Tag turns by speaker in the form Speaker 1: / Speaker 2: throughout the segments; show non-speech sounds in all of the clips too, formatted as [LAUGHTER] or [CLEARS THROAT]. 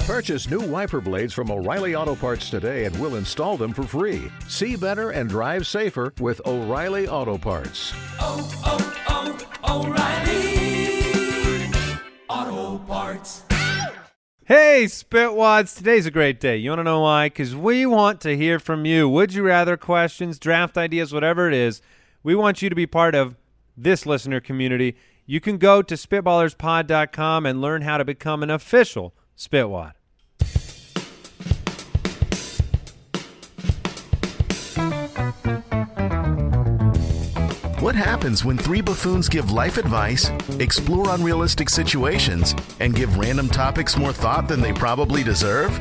Speaker 1: Purchase new wiper blades from O'Reilly Auto Parts today and we'll install them for free. See better and drive safer with O'Reilly Auto Parts.
Speaker 2: oh, oh, O'Reilly Auto Parts.
Speaker 3: Hey, Spitwads, today's a great day. You want to know why? Because we want to hear from you. Would you rather questions, draft ideas, whatever it is, we want you to be part of this listener community. You can go to spitballerspod.com and learn how to become an official Spitwad.
Speaker 4: What happens when three buffoons give life advice, explore unrealistic situations, and give random topics more thought than they probably deserve?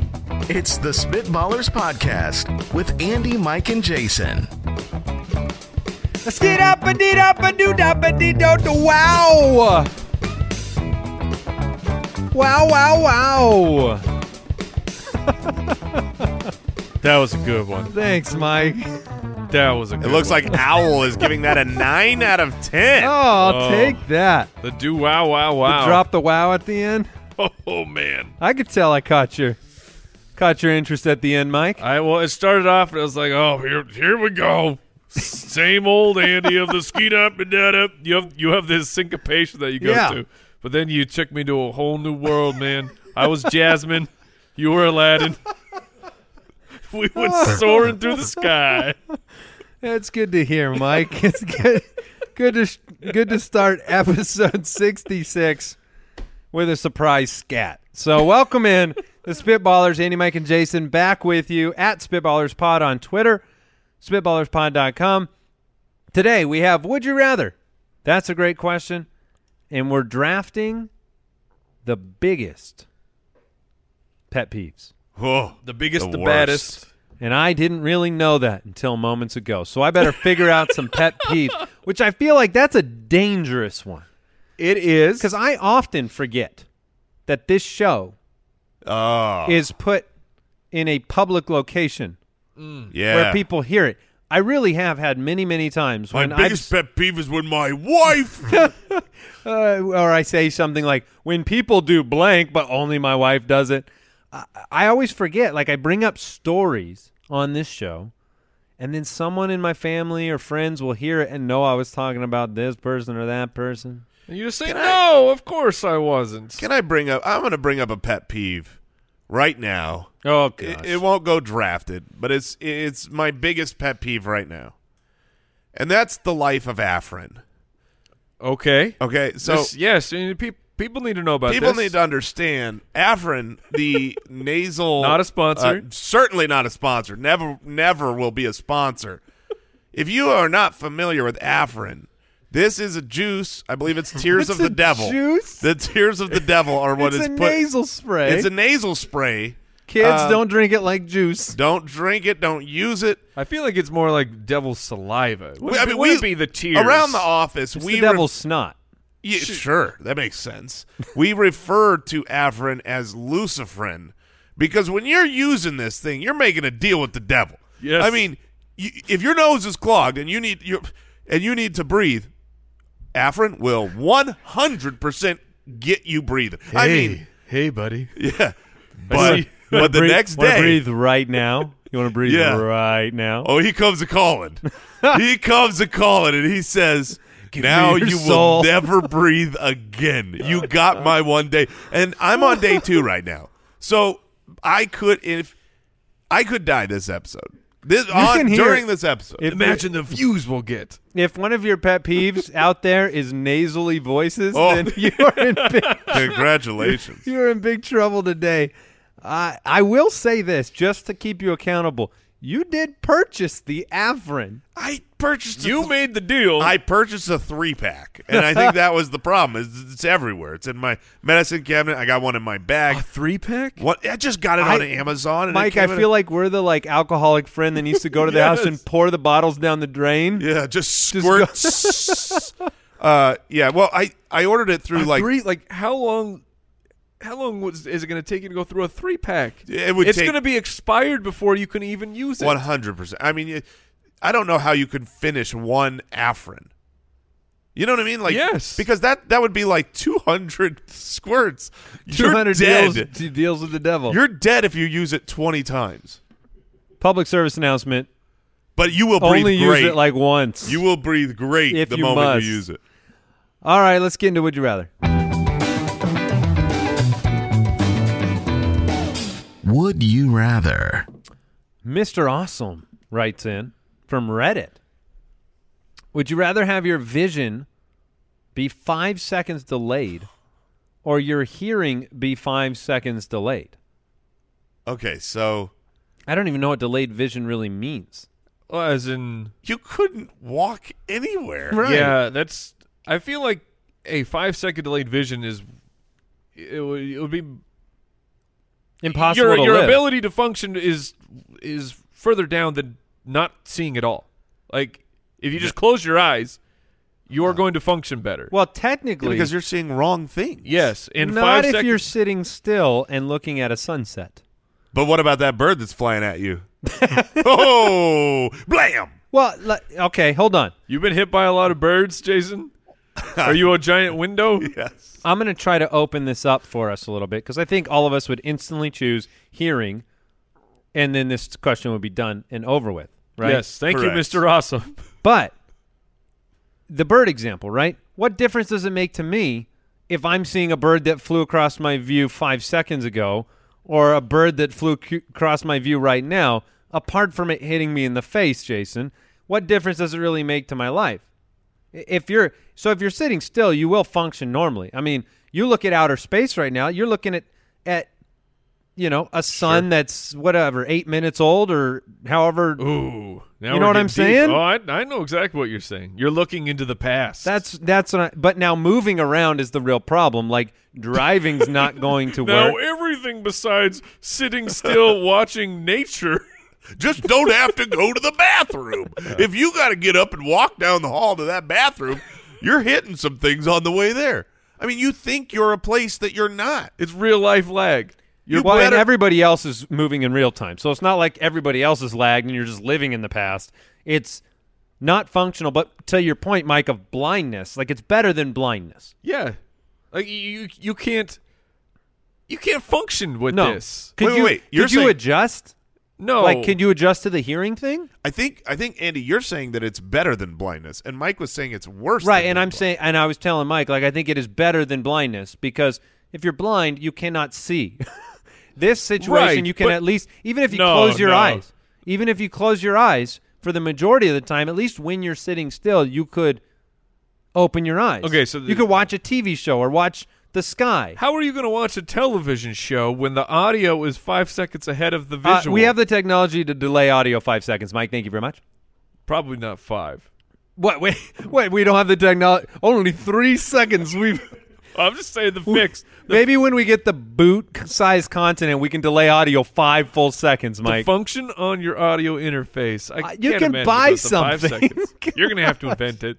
Speaker 4: It's the Spitballers Podcast with Andy, Mike, and Jason.
Speaker 3: Let's get up and eat up and do up and dee do do wow. Wow, wow, wow.
Speaker 5: That was a good one.
Speaker 3: Thanks,
Speaker 5: [LAUGHS]
Speaker 3: Mike.
Speaker 5: That was a good
Speaker 6: It looks
Speaker 5: one.
Speaker 6: like Owl is giving that a 9 out of 10.
Speaker 3: Oh, I'll
Speaker 5: Oh.
Speaker 3: take that.
Speaker 5: the do wow wow wow.
Speaker 3: Drop the wow at the end.
Speaker 5: [LAUGHS] Oh, man.
Speaker 3: I could tell I caught your caught your interest at the end, Mike.
Speaker 5: I well it started off and I was like, oh here here we go. Same old Andy of the skeet up and that up. You have you have this syncopation that you go
Speaker 3: Yeah.
Speaker 5: to. But then you took me to a whole new world, man. I was Jasmine. You were Aladdin. [LAUGHS] We went
Speaker 3: [LAUGHS]
Speaker 5: soaring through the sky.
Speaker 3: That's good to hear, Mike. [LAUGHS] It's good good to sh- good to start [LAUGHS] episode 66 with a surprise scat. So, welcome in the Spitballers, Andy, Mike, and Jason back with you at Spitballers Pod on Twitter, spitballerspod.com. Today we have Would You Rather? That's a great question. And we're drafting the biggest pet peeves.
Speaker 6: Whoa,
Speaker 5: The biggest,
Speaker 6: the
Speaker 5: the,
Speaker 6: worst.
Speaker 5: baddest.
Speaker 3: And I didn't really know that until moments ago. So I better figure out some pet peeves, which I feel like that's a dangerous one.
Speaker 6: It is.
Speaker 3: Because I often forget that this show
Speaker 6: Oh,
Speaker 3: is put in a public location
Speaker 6: Mm. yeah.
Speaker 3: where people hear it. I really have had many, many times
Speaker 6: my
Speaker 3: when I
Speaker 6: biggest pet peeve is when my wife.
Speaker 3: [LAUGHS] uh, or I say something like when people do blank, but only my wife does it. I, I always forget. Like I bring up stories on this show, and then someone in my family or friends will hear it and know I was talking about this person or that person.
Speaker 5: And you just say, No, of course I wasn't.
Speaker 6: Can I bring up? I'm going to bring up a pet peeve right now.
Speaker 5: Oh gosh.
Speaker 6: It, it won't go drafted, but it's it's my biggest pet peeve right now, and that's the life of Afrin.
Speaker 5: okay.
Speaker 6: Okay, so
Speaker 5: This- yes, I mean, peop people need to know about
Speaker 6: people
Speaker 5: this.
Speaker 6: need to understand Afrin,
Speaker 5: [LAUGHS]
Speaker 6: the nasal
Speaker 5: Not a sponsor.
Speaker 6: uh, certainly not a sponsor. Never never will be a sponsor. If you are not familiar with Afrin, this is a juice. I
Speaker 3: [LAUGHS]
Speaker 6: believe it's Tears
Speaker 3: It's
Speaker 6: of the
Speaker 3: a
Speaker 6: Devil.
Speaker 3: juice?
Speaker 6: The
Speaker 3: [LAUGHS]
Speaker 6: Tears of the Devil are what
Speaker 3: it's
Speaker 6: is
Speaker 3: a
Speaker 6: put
Speaker 3: nasal spray.
Speaker 6: It's a nasal spray.
Speaker 3: Kids
Speaker 6: uh,
Speaker 3: don't drink it like juice.
Speaker 6: Don't drink it, don't use it.
Speaker 5: I feel like it's more like devil's saliva. Would,
Speaker 6: We-
Speaker 5: it
Speaker 6: I
Speaker 5: be-
Speaker 6: mean,
Speaker 5: would
Speaker 6: we
Speaker 5: it be the tears
Speaker 6: around the office.
Speaker 3: It's
Speaker 6: we
Speaker 3: the
Speaker 6: ref-
Speaker 3: devil's snot.
Speaker 6: Yeah, sure, that makes sense. We refer to Afrin as Luciferin because when you're using this thing, you're making a deal with the devil.
Speaker 5: Yes.
Speaker 6: I mean, you, if your nose is clogged and you need your and you need to breathe, Afrin will 100% get you breathing. I mean,
Speaker 5: hey, buddy.
Speaker 6: [LAUGHS] yeah. But
Speaker 5: see.
Speaker 6: [LAUGHS] but the
Speaker 3: Breathe-
Speaker 6: next
Speaker 3: wanna
Speaker 6: day,
Speaker 3: breathe right now. You want to breathe
Speaker 6: Yeah.
Speaker 3: right now?
Speaker 6: oh, he comes
Speaker 3: [LAUGHS]
Speaker 6: a calling. he comes a calling and he says, now
Speaker 3: your
Speaker 6: you
Speaker 3: soul." [LAUGHS]
Speaker 6: will never breathe again. You got my one day, and I'm on day two right now. So I could if I could die this episode. This on
Speaker 3: can hear
Speaker 6: during
Speaker 3: it. [LAUGHS]
Speaker 6: this episode.
Speaker 3: If-
Speaker 5: Imagine the views we'll get.
Speaker 3: If one of your pet peeves out there is nasally voices,
Speaker 6: Oh.
Speaker 3: then [LAUGHS] you are in big, [LAUGHS]
Speaker 6: Congratulations.
Speaker 3: you are in big trouble today. I I will say this just to keep you accountable. You did purchase the Avrin.
Speaker 6: I purchased.
Speaker 5: You
Speaker 6: a
Speaker 5: made the deal.
Speaker 6: I purchased a three pack, and I think that was the problem. Is it's everywhere. It's in my medicine cabinet. I got one in my bag.
Speaker 5: three pack.
Speaker 6: What? I just got it
Speaker 3: I-
Speaker 6: on Amazon. And it
Speaker 3: Mike,
Speaker 6: came
Speaker 3: I
Speaker 6: in a-
Speaker 3: feel like we're the like alcoholic friend that needs to
Speaker 6: [LAUGHS]
Speaker 3: go to the house and
Speaker 5: Yes.
Speaker 3: pour the bottles down the drain.
Speaker 6: Yeah, just squirts. [LAUGHS] uh, yeah. Well, I I ordered it through like
Speaker 5: three, like how long? How long was, is it going to take you to go through a three pack?
Speaker 6: It would
Speaker 5: It's
Speaker 6: take-
Speaker 5: going to be expired before you can even use it.
Speaker 6: one hundred percent. I mean, you- I don't know how you could finish one Afrin. You know what I mean? Like
Speaker 5: Yes.
Speaker 6: because that that would be like 200 squirts.
Speaker 3: [LAUGHS] Two
Speaker 6: You're
Speaker 3: hundred
Speaker 6: dead.
Speaker 3: deals, d- deals with the devil.
Speaker 6: You're dead if you use it 20 times.
Speaker 3: Public service announcement:
Speaker 6: But you will breathe
Speaker 3: only
Speaker 6: great.
Speaker 3: use it like once.
Speaker 6: you will breathe great
Speaker 3: If
Speaker 6: the
Speaker 3: you
Speaker 6: moment
Speaker 3: must.
Speaker 6: you use it.
Speaker 3: All right, let's get into Would You Rather.
Speaker 4: Would you rather?
Speaker 3: Mr. Awesome writes in from Reddit. Would you rather have your vision be five seconds delayed or your hearing be five seconds delayed?
Speaker 6: Okay, so
Speaker 3: I don't even know what delayed vision really means.
Speaker 5: Well, as in,
Speaker 6: you couldn't walk anywhere.
Speaker 5: yeah, that's. I feel like a five second delayed vision is. It would, it would be
Speaker 3: Impossible
Speaker 5: your
Speaker 3: to
Speaker 5: your
Speaker 3: live.
Speaker 5: ability to function is is further down than not seeing at all. Like if you just close your eyes, you are going to function better.
Speaker 3: well, technically,
Speaker 6: Because you're seeing wrong things.
Speaker 5: yes, in
Speaker 3: not
Speaker 5: five
Speaker 3: if
Speaker 5: seconds.
Speaker 3: you're sitting still and looking at a sunset.
Speaker 6: But what about that bird that's flying at you? [LAUGHS] oh, blam!
Speaker 3: Well, li- okay, hold on.
Speaker 5: You've been hit by a lot of
Speaker 3: [LAUGHS]
Speaker 5: birds, Jason. Are you a giant window?
Speaker 6: Yes.
Speaker 3: I'm going to try to open this up for us a little bit because I think all of us would instantly choose hearing, and then this question would be done and over with, right?
Speaker 5: Yes, thank
Speaker 6: Correct.
Speaker 5: you, Mr. Awesome.
Speaker 3: But the bird example, right? What difference does it make to me if I'm seeing a bird that flew across my view five seconds ago or a bird that flew cu- across my view right now, apart from it hitting me in the face, Jason? What difference does it really make to my life? I- If you're so if you're sitting still, you will function normally. I mean, you look at outer space right now, you're looking at at you know, a sun that's whatever, 8 minutes old or however
Speaker 5: Ooh, now
Speaker 3: You know
Speaker 5: we're
Speaker 3: what I'm
Speaker 5: getting
Speaker 3: saying?
Speaker 5: Deep. Oh, I, I know exactly what you're saying. You're looking into the past.
Speaker 3: That's that's what I, but now moving around is the real problem. Like driving's
Speaker 6: [LAUGHS]
Speaker 3: not going to
Speaker 5: now
Speaker 3: work.
Speaker 5: everything besides
Speaker 3: [LAUGHS]
Speaker 5: sitting still watching nature. [LAUGHS]
Speaker 6: Just don't have to go to the
Speaker 3: [LAUGHS]
Speaker 6: bathroom. If you got to get up and walk down the hall to that bathroom, you're hitting some things on the way there. I mean, you think you're a place that you're not.
Speaker 5: It's real life lag. You're
Speaker 3: well, and
Speaker 5: better-
Speaker 3: everybody else is moving in real time, so it's not like everybody else is lagged and you're just living in the past. It's not functional, but to your point, Mike, of blindness, like it's better than blindness.
Speaker 5: yeah, like you- you you can't you can't function with
Speaker 3: No,
Speaker 5: this.
Speaker 3: could
Speaker 6: Wait,
Speaker 3: you
Speaker 6: wait, you're
Speaker 3: could you
Speaker 6: saying- Oh.
Speaker 3: adjust?
Speaker 5: No,
Speaker 3: Like, could you adjust to the hearing thing?
Speaker 6: I think I think Andy, you're saying that it's better than blindness, and Mike was saying it's worse.
Speaker 3: Right,
Speaker 6: than
Speaker 3: and I'm
Speaker 6: blindness.
Speaker 3: saying, and I was telling Mike, like I think it is better than blindness because if you're blind, you cannot see. [LAUGHS] this situation,
Speaker 5: Right,
Speaker 3: you can
Speaker 5: but-
Speaker 3: at least, even if you
Speaker 5: No,
Speaker 3: close your
Speaker 5: no.
Speaker 3: eyes, even if you close your eyes for the majority of the time, at least when you're sitting still, you could open your eyes.
Speaker 5: Okay, so
Speaker 3: you
Speaker 5: the-
Speaker 3: could watch a TV show or watch the sky.
Speaker 5: How are you going to watch a television show when the audio is five seconds ahead of the
Speaker 3: Uh,
Speaker 5: visual?
Speaker 3: we have the technology to delay audio five seconds, Mike. Thank you very much.
Speaker 5: probably not five.
Speaker 3: What? Wait, [LAUGHS] wait. We don't have the technology. Only three seconds. We've.
Speaker 5: I'm just saying the
Speaker 6: [LAUGHS]
Speaker 5: fix. The,
Speaker 3: Maybe when we get the boot size continent, we can delay audio five full seconds,
Speaker 5: the
Speaker 3: Mike.
Speaker 5: function on your audio interface. I
Speaker 3: Uh, you
Speaker 5: can't
Speaker 3: can
Speaker 5: imagine
Speaker 3: buy
Speaker 5: it's the five
Speaker 3: something. [LAUGHS]
Speaker 5: seconds. You're going to have to invent it.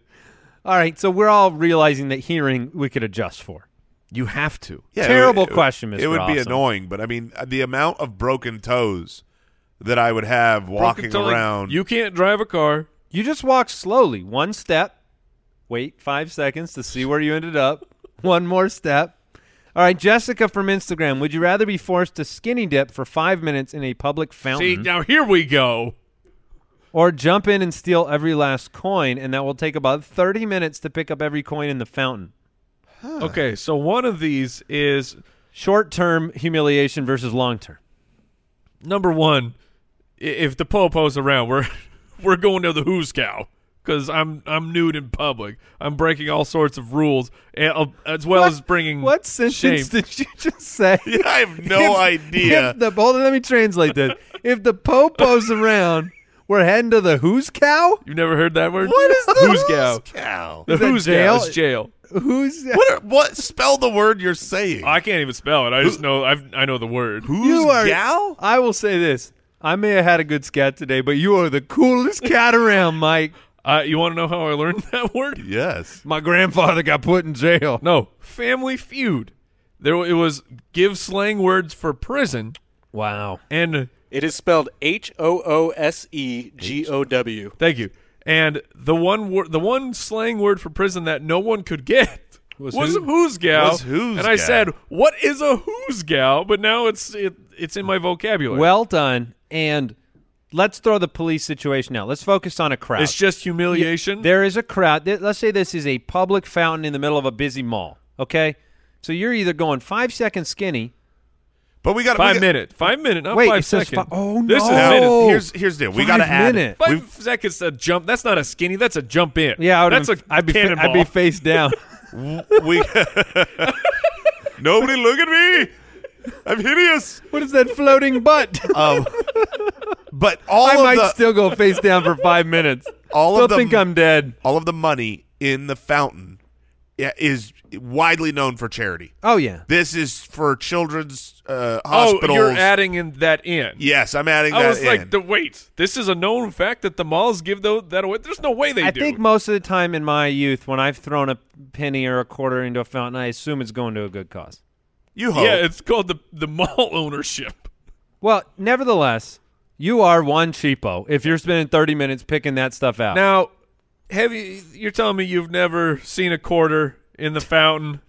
Speaker 3: all right, so we're all realizing that hearing we could adjust for.
Speaker 5: You have to.
Speaker 6: Yeah, it
Speaker 3: Terrible
Speaker 6: would- it would-
Speaker 3: question, Mr.
Speaker 6: It would be
Speaker 3: Awesome.
Speaker 6: annoying, but I mean, the amount of broken toes that I would have [LAUGHS] walking around.
Speaker 5: You can't drive a car.
Speaker 3: You just walk slowly, one step, wait five seconds to see where you ended up, [LAUGHS] one more step. All right, Jessica from Instagram, would you rather be forced to skinny dip for five minutes in a public fountain
Speaker 5: See, now here we go.
Speaker 3: or jump in and steal every last coin? And that will take about 30 minutes to pick up every coin in the fountain.
Speaker 5: Okay, so one of these is
Speaker 3: Short term humiliation versus long term.
Speaker 5: number one. i- If the popo's around, we're [LAUGHS] we're going to the who's cow because I'm I'm nude in public. I'm breaking all sorts of rules, and, uh, as well as bringing
Speaker 3: What sentence
Speaker 5: shame.
Speaker 3: did you just say?
Speaker 6: I have [LAUGHS] no
Speaker 3: If-
Speaker 6: idea.
Speaker 3: If the, hold on, let me translate this. If the popo's around, we're heading to the who's cow?
Speaker 5: You've never heard that word? What is the who's cow?
Speaker 6: Cow.
Speaker 5: The
Speaker 3: Is that
Speaker 5: who's
Speaker 3: jail?
Speaker 5: cow is jail.
Speaker 3: Who's
Speaker 6: What? Are, what? Spell the word you're saying.
Speaker 5: I can't even spell it. I just know I've, I know the word.
Speaker 3: [LAUGHS]
Speaker 6: Who's
Speaker 3: you are?
Speaker 6: gal?
Speaker 3: I will say this. I may have had a good scat today, but you are the coolest cat around,
Speaker 5: [LAUGHS]
Speaker 3: Mike.
Speaker 5: Uh, you want to know how I learned [LAUGHS] that word?
Speaker 6: Yes.
Speaker 3: My grandfather got put in jail.
Speaker 5: No, Family Feud. There it was. Give slang words for prison
Speaker 3: Wow.
Speaker 5: and
Speaker 7: It is spelled H O O S E G O W.
Speaker 5: thank you. And the one wor- the one slang word for prison that no one could get was,
Speaker 3: who-
Speaker 5: a who's gal.
Speaker 6: was who's
Speaker 5: and I
Speaker 6: gal.
Speaker 5: said, "What is a who's gal?" But now it's it, it's in my vocabulary.
Speaker 3: Well done. And let's throw the police situation out. Let's focus on a crowd.
Speaker 5: it's just humiliation.
Speaker 3: There is a crowd. Th- Let's say this is a public fountain in the middle of a busy mall. Okay, so you're either going five seconds skinny.
Speaker 6: But we got
Speaker 5: five minute, five minute, not
Speaker 3: Wait,
Speaker 5: five
Speaker 3: it says
Speaker 5: second.
Speaker 3: fi- oh,
Speaker 5: This is
Speaker 3: no.
Speaker 5: minute.
Speaker 6: Now, here's here's the deal. We
Speaker 3: Five
Speaker 6: got to add.
Speaker 3: minute.
Speaker 5: Five
Speaker 6: We've,
Speaker 5: seconds a jump. That's not a skinny. That's a jump in.
Speaker 3: Yeah, I would
Speaker 5: that's a
Speaker 3: I'd be fa-
Speaker 5: cannonball.
Speaker 3: I'd be
Speaker 6: [LAUGHS]
Speaker 3: face down.
Speaker 6: we [LAUGHS] nobody look at me. I'm hideous.
Speaker 3: what is that floating butt?
Speaker 6: But all
Speaker 3: I
Speaker 6: of
Speaker 3: might
Speaker 6: the
Speaker 3: still go face down for five minutes.
Speaker 6: [LAUGHS] all
Speaker 3: still
Speaker 6: of the
Speaker 3: think I'm dead.
Speaker 6: all of the money in the fountain i- is widely known for charity.
Speaker 3: Oh yeah.
Speaker 6: This is for children's uh,
Speaker 5: oh,
Speaker 6: hospitals.
Speaker 5: you're adding in that in.
Speaker 6: yes, I'm adding
Speaker 5: I
Speaker 6: that
Speaker 5: was like,
Speaker 6: in.
Speaker 5: the, wait, this is a known fact that the malls give tho- that away. There's no way they
Speaker 3: I
Speaker 5: do.
Speaker 3: think most of the time in my youth, when I've thrown a penny or a quarter into a fountain, I assume it's going to a good cause.
Speaker 6: you hope.
Speaker 5: yeah, it's called the the mall [LAUGHS] ownership.
Speaker 3: Well, nevertheless, you are one cheapo if you're spending 30 minutes picking that stuff out.
Speaker 5: Now, have you? You're telling me you've never seen a quarter in the fountain?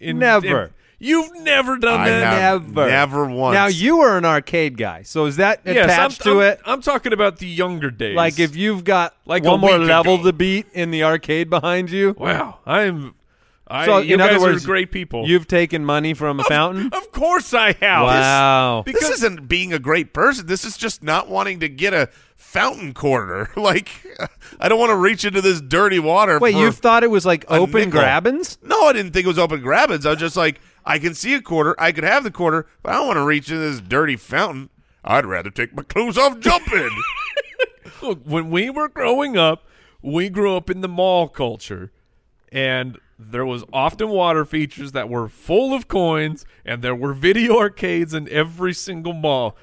Speaker 5: In,
Speaker 3: Never.
Speaker 5: in- you've never done
Speaker 6: I
Speaker 5: that.
Speaker 6: have
Speaker 3: never.
Speaker 6: never once.
Speaker 3: Now you are an arcade guy, so is that
Speaker 5: Yes, I'm-
Speaker 3: attached
Speaker 5: I'm,
Speaker 3: to it?
Speaker 5: I'm talking about the younger days.
Speaker 3: Like if you've got like
Speaker 5: Like a
Speaker 3: one more
Speaker 5: week
Speaker 3: level
Speaker 5: ago.
Speaker 3: to beat in the arcade behind you.
Speaker 5: wow, I'm. I,
Speaker 3: so
Speaker 5: you
Speaker 3: in
Speaker 5: guys
Speaker 3: other words,
Speaker 5: are great people.
Speaker 3: You've taken money from a fountain.
Speaker 5: of course, I have.
Speaker 3: Wow.
Speaker 5: Because
Speaker 6: this isn't being a great person. This is just not wanting to get a fountain quarter. [LAUGHS] like I don't want to reach into this dirty water.
Speaker 3: Wait,
Speaker 6: for-
Speaker 3: you thought it was like
Speaker 6: a
Speaker 3: open
Speaker 6: nickel.
Speaker 3: grabbins?
Speaker 6: No, I didn't think it was open grabbins. I was just like, I can see a quarter. I could have the quarter, but I don't want to reach into this dirty fountain. I'd rather take my clothes off jumping.
Speaker 5: Look, when we were growing up, we grew up in the mall culture, and there was often water features that were full of coins, and there were video arcades in every single mall.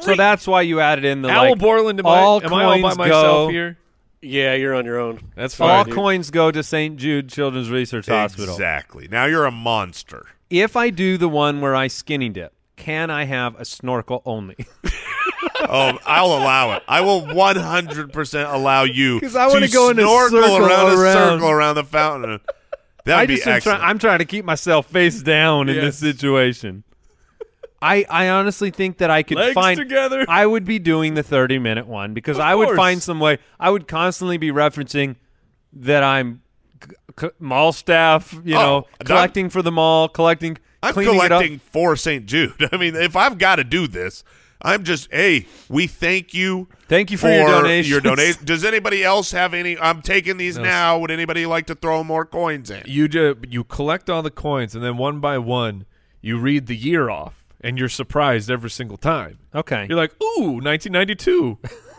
Speaker 3: So that's why you added in the
Speaker 5: Al
Speaker 3: like,
Speaker 5: Borland, am,
Speaker 3: all
Speaker 5: I, am I all by
Speaker 3: coins
Speaker 5: myself
Speaker 3: go,
Speaker 5: here?
Speaker 7: Yeah, you're on your own.
Speaker 5: That's fine.
Speaker 3: All
Speaker 5: dude.
Speaker 3: coins go to St. Jude Children's Research [LAUGHS] Hospital.
Speaker 6: Exactly. Now you're a monster.
Speaker 3: If I do the one where I skinny dip, can I have a snorkel only? [LAUGHS]
Speaker 6: Oh, I'll allow it. I will 100% allow
Speaker 3: [LAUGHS]
Speaker 6: you
Speaker 3: 'Cause I wanna go in a
Speaker 6: snorkel
Speaker 3: circle
Speaker 6: around, a
Speaker 3: around.
Speaker 6: circle around the fountain. That would
Speaker 3: I
Speaker 6: be
Speaker 3: just am try-
Speaker 6: excellent.
Speaker 3: I'm trying to keep myself face down in
Speaker 5: Yes.
Speaker 3: this situation. I I honestly think that I could
Speaker 5: Legs
Speaker 3: find
Speaker 5: together.
Speaker 3: I would be doing the 30 minute one because
Speaker 5: Of
Speaker 3: I would
Speaker 5: course.
Speaker 3: find some way. I would constantly be referencing that I'm c- c- mall staff, you
Speaker 6: Oh,
Speaker 3: know,
Speaker 6: I'm-
Speaker 3: collecting for the mall, collecting,
Speaker 6: I'm
Speaker 3: cleaning
Speaker 6: collecting
Speaker 3: it up.
Speaker 6: for St. Jude. [LAUGHS] I mean, if I've got to do this, I'm just, hey, we thank you.
Speaker 3: Thank you for your donations.
Speaker 6: Your donation. [LAUGHS] Does anybody else have any? I'm taking these now. Would anybody like to throw more coins in?
Speaker 5: You just you collect all the coins, and then one by one, you read the year off, and you're surprised every single time.
Speaker 3: Okay.
Speaker 5: You're like, ooh, 1992.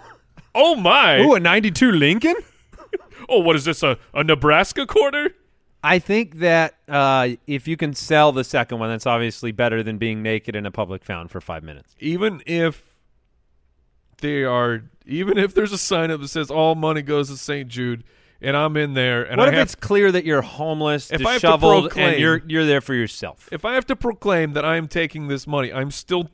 Speaker 5: [LAUGHS] oh my!
Speaker 3: Ooh, a 92 Lincoln?
Speaker 5: oh, what is this a, a Nebraska quarter?
Speaker 3: I think that uh, if you can sell the second one, that's obviously better than being naked in a public fountain for five minutes.
Speaker 5: even if they are even if there's a sign up that says all money goes to St. Jude and I'm in there and
Speaker 3: what
Speaker 5: I
Speaker 3: if
Speaker 5: have
Speaker 3: it's clear that you're homeless,
Speaker 5: If I have to
Speaker 3: disheveled,
Speaker 5: proclaim-
Speaker 3: and you're you're there for yourself?
Speaker 5: if I have to proclaim that I am taking this money, I'm still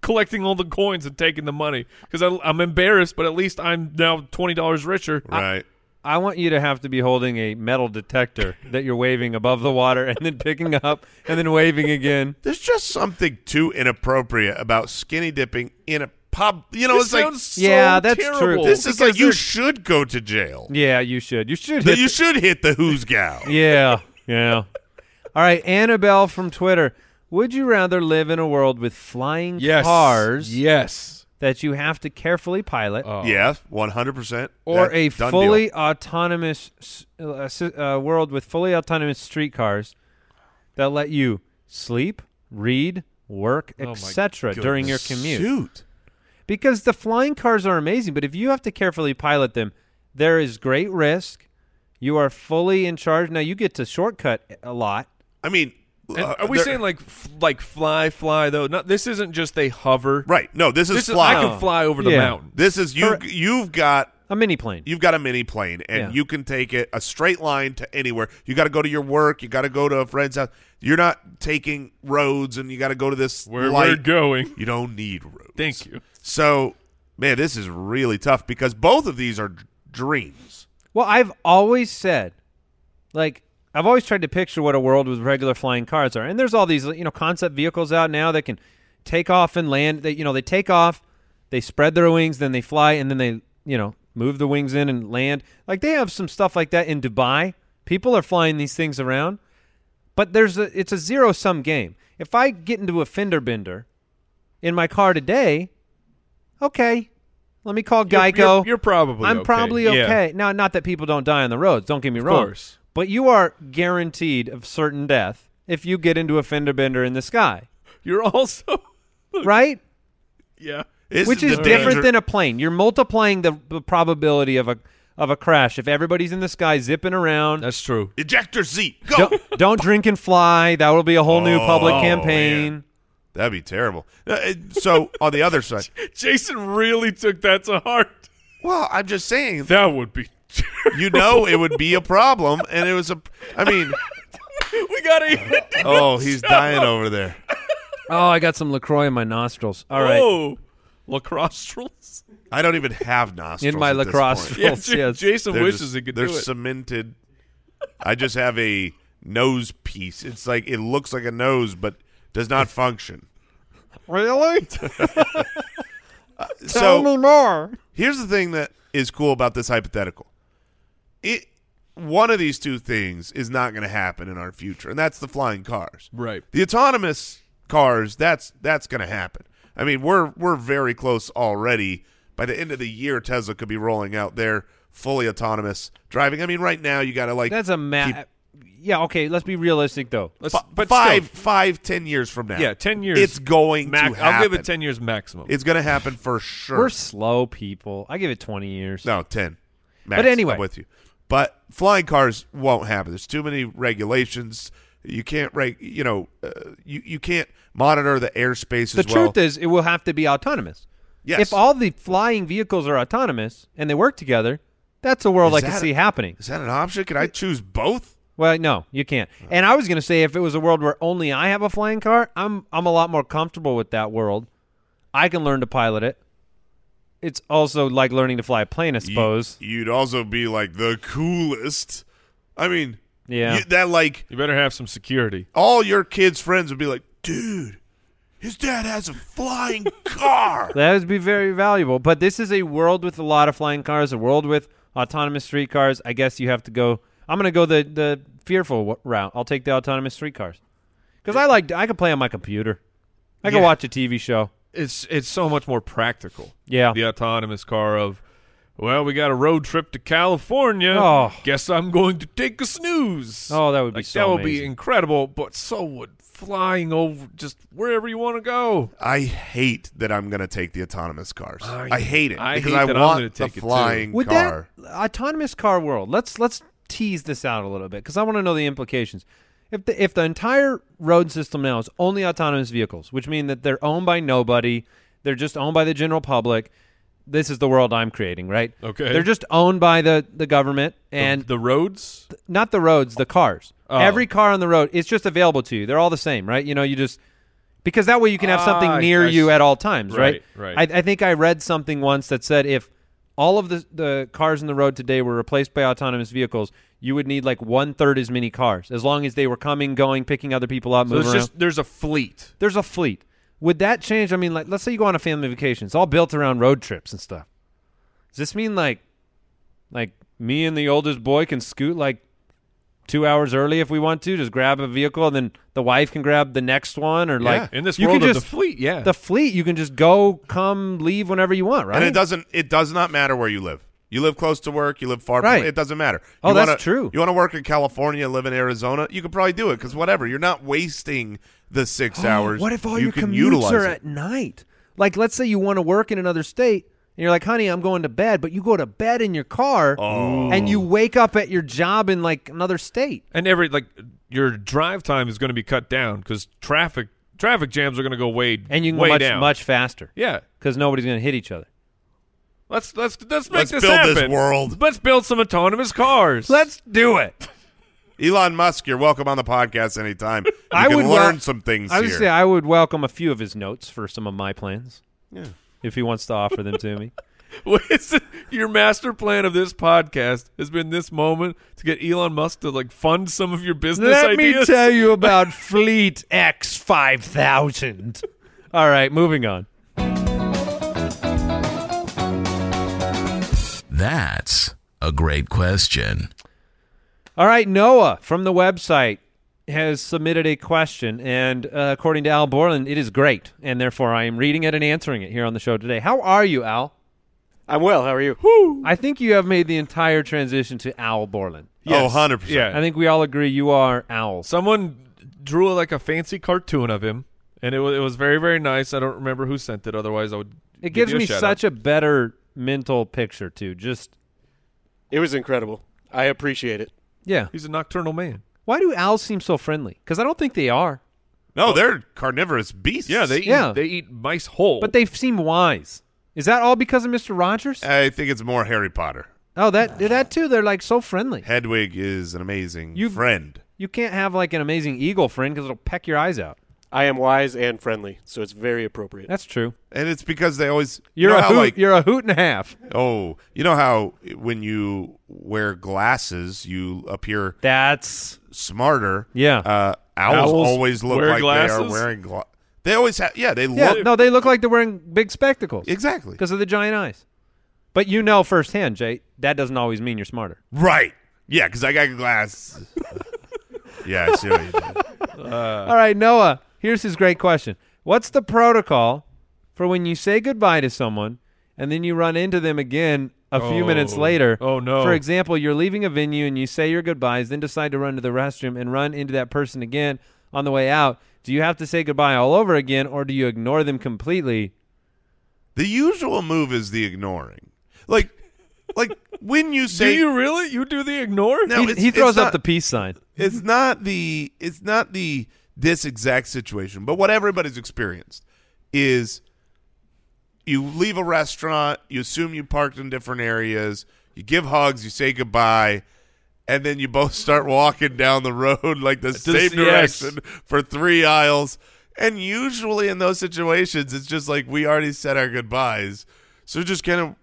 Speaker 5: collecting all the coins and taking the money because I'm embarrassed, but at least I'm now twenty dollars richer.
Speaker 6: Right.
Speaker 3: I want you to have to be holding a metal [LAUGHS] detector that you're waving above the water and then picking up and then waving again.
Speaker 6: There's just something too inappropriate about skinny dipping in a pub. You know,
Speaker 5: This
Speaker 6: it's like
Speaker 5: sounds
Speaker 3: [LAUGHS]
Speaker 5: so
Speaker 3: Yeah, that's true.
Speaker 5: terrible.
Speaker 6: this is like
Speaker 5: because
Speaker 6: you
Speaker 5: they're-
Speaker 6: should go to jail.
Speaker 3: Yeah, you should. You should.
Speaker 6: That
Speaker 3: Hit
Speaker 6: You should hit the who's gal.
Speaker 3: yeah, yeah. All right, Annabelle from Twitter. Would you rather live in a world with flying
Speaker 5: yes,
Speaker 3: cars
Speaker 5: Yes.
Speaker 3: that you have to carefully
Speaker 6: Oh.
Speaker 3: pilot,
Speaker 6: Yeah, one hundred percent.
Speaker 3: or a fully autonomous s- uh, s- uh, world with fully autonomous streetcars that let you sleep, read, work, etc. during your commute?
Speaker 6: Shoot.
Speaker 3: because the flying cars are amazing but if you have to carefully pilot them there is great risk you are fully in charge now you get to shortcut a lot
Speaker 6: I mean,
Speaker 5: And
Speaker 6: uh,
Speaker 5: are we
Speaker 6: there-
Speaker 5: saying like f- like fly fly though? Not this isn't just they hover.
Speaker 6: right? No, this is
Speaker 5: This is
Speaker 6: fly.
Speaker 5: I can fly over the
Speaker 3: Yeah.
Speaker 5: mountain.
Speaker 6: This is you. You've got
Speaker 3: a mini plane
Speaker 6: you've got a mini plane and
Speaker 3: Yeah.
Speaker 6: you can take it a straight line to anywhere. You got to go to your work. You got to go to a friend's house. You're not taking roads and you got to go to this
Speaker 5: Where
Speaker 6: light.
Speaker 5: we're going.
Speaker 6: You don't need roads.
Speaker 5: Thank you.
Speaker 6: So Man, this is really tough because both of these are d- dreams.
Speaker 3: Well, I've always said, like, I've always tried to picture what a world with regular flying cars are. And there's all these, you know, concept vehicles out now that can take off and land. They, you know, they take off, they spread their wings, then they fly, and then they, you know, move the wings in and land. Like they have some stuff like that in Dubai. People are flying these things around, but there's a, it's a zero sum game. If I get into a fender bender in my car today, okay, let me call
Speaker 5: You're-
Speaker 3: Geico.
Speaker 5: You're, you're probably.
Speaker 3: I'm
Speaker 5: okay.
Speaker 3: probably
Speaker 5: Yeah.
Speaker 3: okay. Now, not that people don't die on the roads. Don't get me wrong.
Speaker 5: course.
Speaker 3: But you are guaranteed of certain death if you get into a fender bender in the sky,
Speaker 5: You're also. [LAUGHS]
Speaker 3: right?
Speaker 5: Yeah.
Speaker 6: This
Speaker 3: Which
Speaker 6: is
Speaker 3: is
Speaker 6: the
Speaker 3: different
Speaker 6: danger-
Speaker 3: than a plane. You're multiplying the, the probability of a of a crash if everybody's in the sky zipping around.
Speaker 5: That's true.
Speaker 6: ejector seat.
Speaker 3: [LAUGHS]
Speaker 6: Go.
Speaker 3: don't, don't drink and fly. That will be a whole new public
Speaker 6: Oh,
Speaker 3: campaign.
Speaker 6: man. That'd be terrible. Uh, it- So on the other side,
Speaker 5: Jason really took that to heart.
Speaker 6: well, I'm just saying, [LAUGHS]
Speaker 5: That would be. [LAUGHS]
Speaker 6: you know, it would be a problem, and it was a. I [LAUGHS] mean,
Speaker 5: we got to.
Speaker 6: oh, he's dying over there.
Speaker 3: Oh, I got some Lacroix in my nostrils. All right,
Speaker 5: Oh, lacrostrals.
Speaker 6: I don't even have nostrils
Speaker 3: in my
Speaker 6: at this
Speaker 3: lacrosse.
Speaker 5: [LAUGHS]
Speaker 6: point.
Speaker 5: Yeah,
Speaker 3: rolls,
Speaker 5: J-
Speaker 3: yes.
Speaker 5: Jason
Speaker 6: They're
Speaker 5: wishes
Speaker 6: just-
Speaker 5: he could
Speaker 6: they're
Speaker 5: do [LAUGHS] it.
Speaker 6: cemented. I just have a nose piece. It's like it looks like a nose, but does not function.
Speaker 3: really?
Speaker 6: so
Speaker 3: more.
Speaker 6: here's the thing that is cool about this hypothetical. It one of these two things is not going to happen in our future, and that's the flying cars.
Speaker 5: Right.
Speaker 6: The autonomous cars, that's that's going to happen. I mean, we're we're very close already. By the end of the year, Tesla could be rolling out their fully autonomous driving. I mean, right now you got to like
Speaker 3: That's a ma-
Speaker 6: keep-
Speaker 3: Yeah, okay. Let's be realistic though.
Speaker 5: Let's-
Speaker 6: fi-
Speaker 5: but
Speaker 6: five,
Speaker 5: still,
Speaker 6: five, ten years from now.
Speaker 5: Yeah, 10 years.
Speaker 6: It's going
Speaker 5: mac-
Speaker 6: to happen.
Speaker 5: I'll give it ten years maximum.
Speaker 6: It's going to happen for sure.
Speaker 3: We're slow people. I give it 20 years.
Speaker 6: No, ten. Max,
Speaker 3: But anyway.
Speaker 6: I'm with you. But flying cars won't happen. There's too many regulations. You can't, reg- you know, uh, you you can't monitor the airspace
Speaker 3: the
Speaker 6: as well.
Speaker 3: truth is, it will have to be autonomous.
Speaker 6: Yes.
Speaker 3: If all the flying vehicles are autonomous and they work together, that's a world
Speaker 6: Is
Speaker 3: I can
Speaker 6: that
Speaker 3: see
Speaker 6: a-
Speaker 3: happening.
Speaker 6: is that an option? Can I choose both?
Speaker 3: Well, no, you can't. And I was going to say, if it was a world where only I have a flying car, I'm I'm a lot more comfortable with that world. I can learn to pilot it. It's also like learning to fly a plane, I suppose.
Speaker 6: You, would also be like the coolest. I mean,
Speaker 3: Yeah.
Speaker 6: you- that like
Speaker 5: you better have some security.
Speaker 6: all your kids' friends would be like, dude, his dad has a flying
Speaker 5: [LAUGHS]
Speaker 6: car.
Speaker 3: That would be very valuable. But this is a world with a lot of flying cars, a world with autonomous streetcars. I guess you have to go. I'm going to go the, the fearful w- route. I'll take the autonomous streetcars because I like. I can play on my computer. I can
Speaker 5: Yeah.
Speaker 3: watch a TV show.
Speaker 5: It's it's so much more practical.
Speaker 3: Yeah.
Speaker 5: The autonomous car of, well, we got a road trip to California.
Speaker 3: Oh.
Speaker 5: Guess I'm going to take a snooze.
Speaker 3: Oh, that would be
Speaker 5: Like,
Speaker 3: so
Speaker 5: that would be
Speaker 3: amazing.
Speaker 5: incredible. But so would flying over just wherever you want to go.
Speaker 6: I hate that I'm going to take the autonomous cars. I,
Speaker 5: I-
Speaker 6: hate it
Speaker 5: I
Speaker 6: because
Speaker 5: hate
Speaker 6: I
Speaker 5: that I'm
Speaker 6: want
Speaker 5: gonna take
Speaker 6: the
Speaker 5: it, too.
Speaker 6: flying
Speaker 3: Would
Speaker 6: car.
Speaker 3: that autonomous car world? Let's let's tease this out a little bit because I want to know the implications. If the if the entire road system now is only autonomous vehicles, which mean that they're owned by nobody, they're just owned by the general public. This is the world I'm creating, right?
Speaker 5: Okay.
Speaker 3: They're just owned by the the government and
Speaker 5: the roads.
Speaker 3: not the roads, the cars.
Speaker 5: Oh.
Speaker 3: Every car on the road, it's just available to you. They're all the same, right? You know, you just because that way you can have something
Speaker 5: Ah, I-
Speaker 3: near
Speaker 5: I
Speaker 3: you
Speaker 5: see.
Speaker 3: at all times, right?
Speaker 5: Right, right.
Speaker 3: I, I think I read something once that said if all of the the cars on the road today were replaced by autonomous vehicles, you would need like one third as many cars, as long as they were coming, going, picking other people up,
Speaker 5: So
Speaker 3: moving
Speaker 5: it's
Speaker 3: around.
Speaker 5: just there's a fleet.
Speaker 3: There's a fleet. Would that change? I mean, like, let's say you go on a family vacation. It's all built around road trips and stuff. Does this mean like, like me and the oldest boy can scoot like two hours early if we want to? Just grab a vehicle, and then the wife can grab the next one, or like
Speaker 5: in this
Speaker 3: you
Speaker 5: world
Speaker 3: can
Speaker 5: of
Speaker 3: just,
Speaker 5: the fleet. Yeah.
Speaker 3: the fleet, you can just go, come, leave whenever you want, right?
Speaker 6: And it doesn't it does not matter where you live. You live close to work, you live far
Speaker 3: Right.
Speaker 6: from it doesn't matter.
Speaker 3: Oh,
Speaker 6: You
Speaker 3: that's
Speaker 6: wanna-
Speaker 3: true.
Speaker 6: You want to work in California, live in Arizona, you could probably do it cuz whatever, you're not wasting the
Speaker 3: [GASPS]
Speaker 6: 6 hours.
Speaker 3: Oh, What if all
Speaker 6: you
Speaker 3: your
Speaker 6: can
Speaker 3: commutes
Speaker 6: utilize
Speaker 3: are
Speaker 6: it.
Speaker 3: at night? Like, let's say you want to work in another state, and you're like, "Honey, I'm going to bed," but you go to bed in your car,
Speaker 6: Oh.
Speaker 3: and you wake up at your job in like another state.
Speaker 5: and every like your drive time is going to be cut down because traffic traffic jams are going to go way
Speaker 3: and you can
Speaker 5: way
Speaker 3: go much
Speaker 5: down.
Speaker 3: much faster
Speaker 5: yeah.
Speaker 3: because nobody's going to hit each other.
Speaker 5: Let's let's let's make
Speaker 6: Let's
Speaker 5: this
Speaker 6: build this
Speaker 5: happen.
Speaker 6: world.
Speaker 5: Let's build some autonomous cars. [LAUGHS]
Speaker 3: do it.
Speaker 6: Elon Musk, you're welcome on the podcast
Speaker 3: [LAUGHS]
Speaker 6: anytime. You
Speaker 3: I
Speaker 6: can
Speaker 3: would
Speaker 6: learn
Speaker 3: wel-
Speaker 6: some things
Speaker 3: I would
Speaker 6: here.
Speaker 3: say I would welcome a few of his notes for some of my plans. if he wants to offer them to me.
Speaker 5: Well, it's- your master plan of this podcast has been this moment to get Elon Musk to like fund some of your business
Speaker 3: [LAUGHS] Let me
Speaker 5: ideas.
Speaker 3: tell you about Fleet X five thousand. [LAUGHS] All right, moving on.
Speaker 4: That's a great question.
Speaker 3: All right, Noah from the website has submitted a question, and uh, according to Al Borland, it is great, and therefore I am reading it and answering it here on the show today. How are you, Al?
Speaker 7: I'm well. How are you?
Speaker 3: I think you have made the entire transition to Al Borland.
Speaker 6: Oh, 100%.
Speaker 5: Yeah.
Speaker 3: I think we all agree you are Al.
Speaker 5: Someone drew like a fancy cartoon of him, and it was it was very very nice. I don't remember who sent it. Otherwise, I would.
Speaker 3: It
Speaker 5: give
Speaker 3: gives
Speaker 5: you a
Speaker 3: me
Speaker 5: shout
Speaker 3: such a better mental picture too. Just
Speaker 7: It was incredible. I appreciate it.
Speaker 3: yeah.
Speaker 5: out. He's a nocturnal man.
Speaker 3: Why do owls seem so friendly? Because I don't think they are,
Speaker 6: No, they're carnivorous beasts.
Speaker 5: Yeah, they
Speaker 3: Oh. Yeah.
Speaker 5: Eat, they eat mice whole.
Speaker 3: but they seem wise. Is that all because of Mister Rogers?
Speaker 6: I think it's more Harry Potter.
Speaker 3: oh, that that too. They're like so friendly.
Speaker 6: Hedwig is an amazing
Speaker 3: You've-
Speaker 6: friend.
Speaker 3: You can't have like an amazing eagle friend because it'll peck your eyes out.
Speaker 7: I am wise and friendly, so it's very appropriate.
Speaker 3: That's true.
Speaker 6: And it's because they always
Speaker 3: You're
Speaker 6: you know
Speaker 3: a
Speaker 6: how,
Speaker 3: hoot.
Speaker 6: like
Speaker 3: you're a hoot and a half.
Speaker 6: oh, you know how when you wear glasses you appear
Speaker 3: That's
Speaker 6: smarter.
Speaker 3: Yeah.
Speaker 6: Uh, owls,
Speaker 5: Owls
Speaker 6: always look
Speaker 5: wear
Speaker 6: like they
Speaker 5: glasses?
Speaker 6: are wearing gla- They always have yeah, they
Speaker 3: yeah.
Speaker 6: look
Speaker 3: No, they look like they're wearing big spectacles
Speaker 6: exactly.
Speaker 3: because of the giant eyes. But you know firsthand, Jay, that doesn't always mean you're smarter.
Speaker 6: Right. Yeah, cuz I got glasses. [LAUGHS] yeah, I see what you did.
Speaker 3: All right, Noah, here's his great question. What's the protocol for when you say goodbye to someone and then you run into them again a few
Speaker 5: Oh.
Speaker 3: minutes later?
Speaker 5: Oh, no.
Speaker 3: For example, you're leaving a venue and you say your goodbyes, then decide to run to the restroom and run into that person again on the way out. Do you have to say goodbye all over again or do you ignore them completely?
Speaker 6: The usual move is the ignoring. Like like when you
Speaker 5: do
Speaker 6: say
Speaker 5: you really? You do the ignore?
Speaker 6: No,
Speaker 3: he,
Speaker 6: it's-
Speaker 3: he
Speaker 6: it's
Speaker 3: throws up
Speaker 6: not-
Speaker 3: the peace sign.
Speaker 6: it's not the it's not the this exact situation, but what everybody's experienced is you leave a restaurant, you assume you parked in different areas, you give hugs, you say goodbye, and then you both start walking down the road [LAUGHS] like the
Speaker 5: yes.
Speaker 6: same direction for three aisles. And usually in those situations, it's just like we already said our goodbyes, so just kind of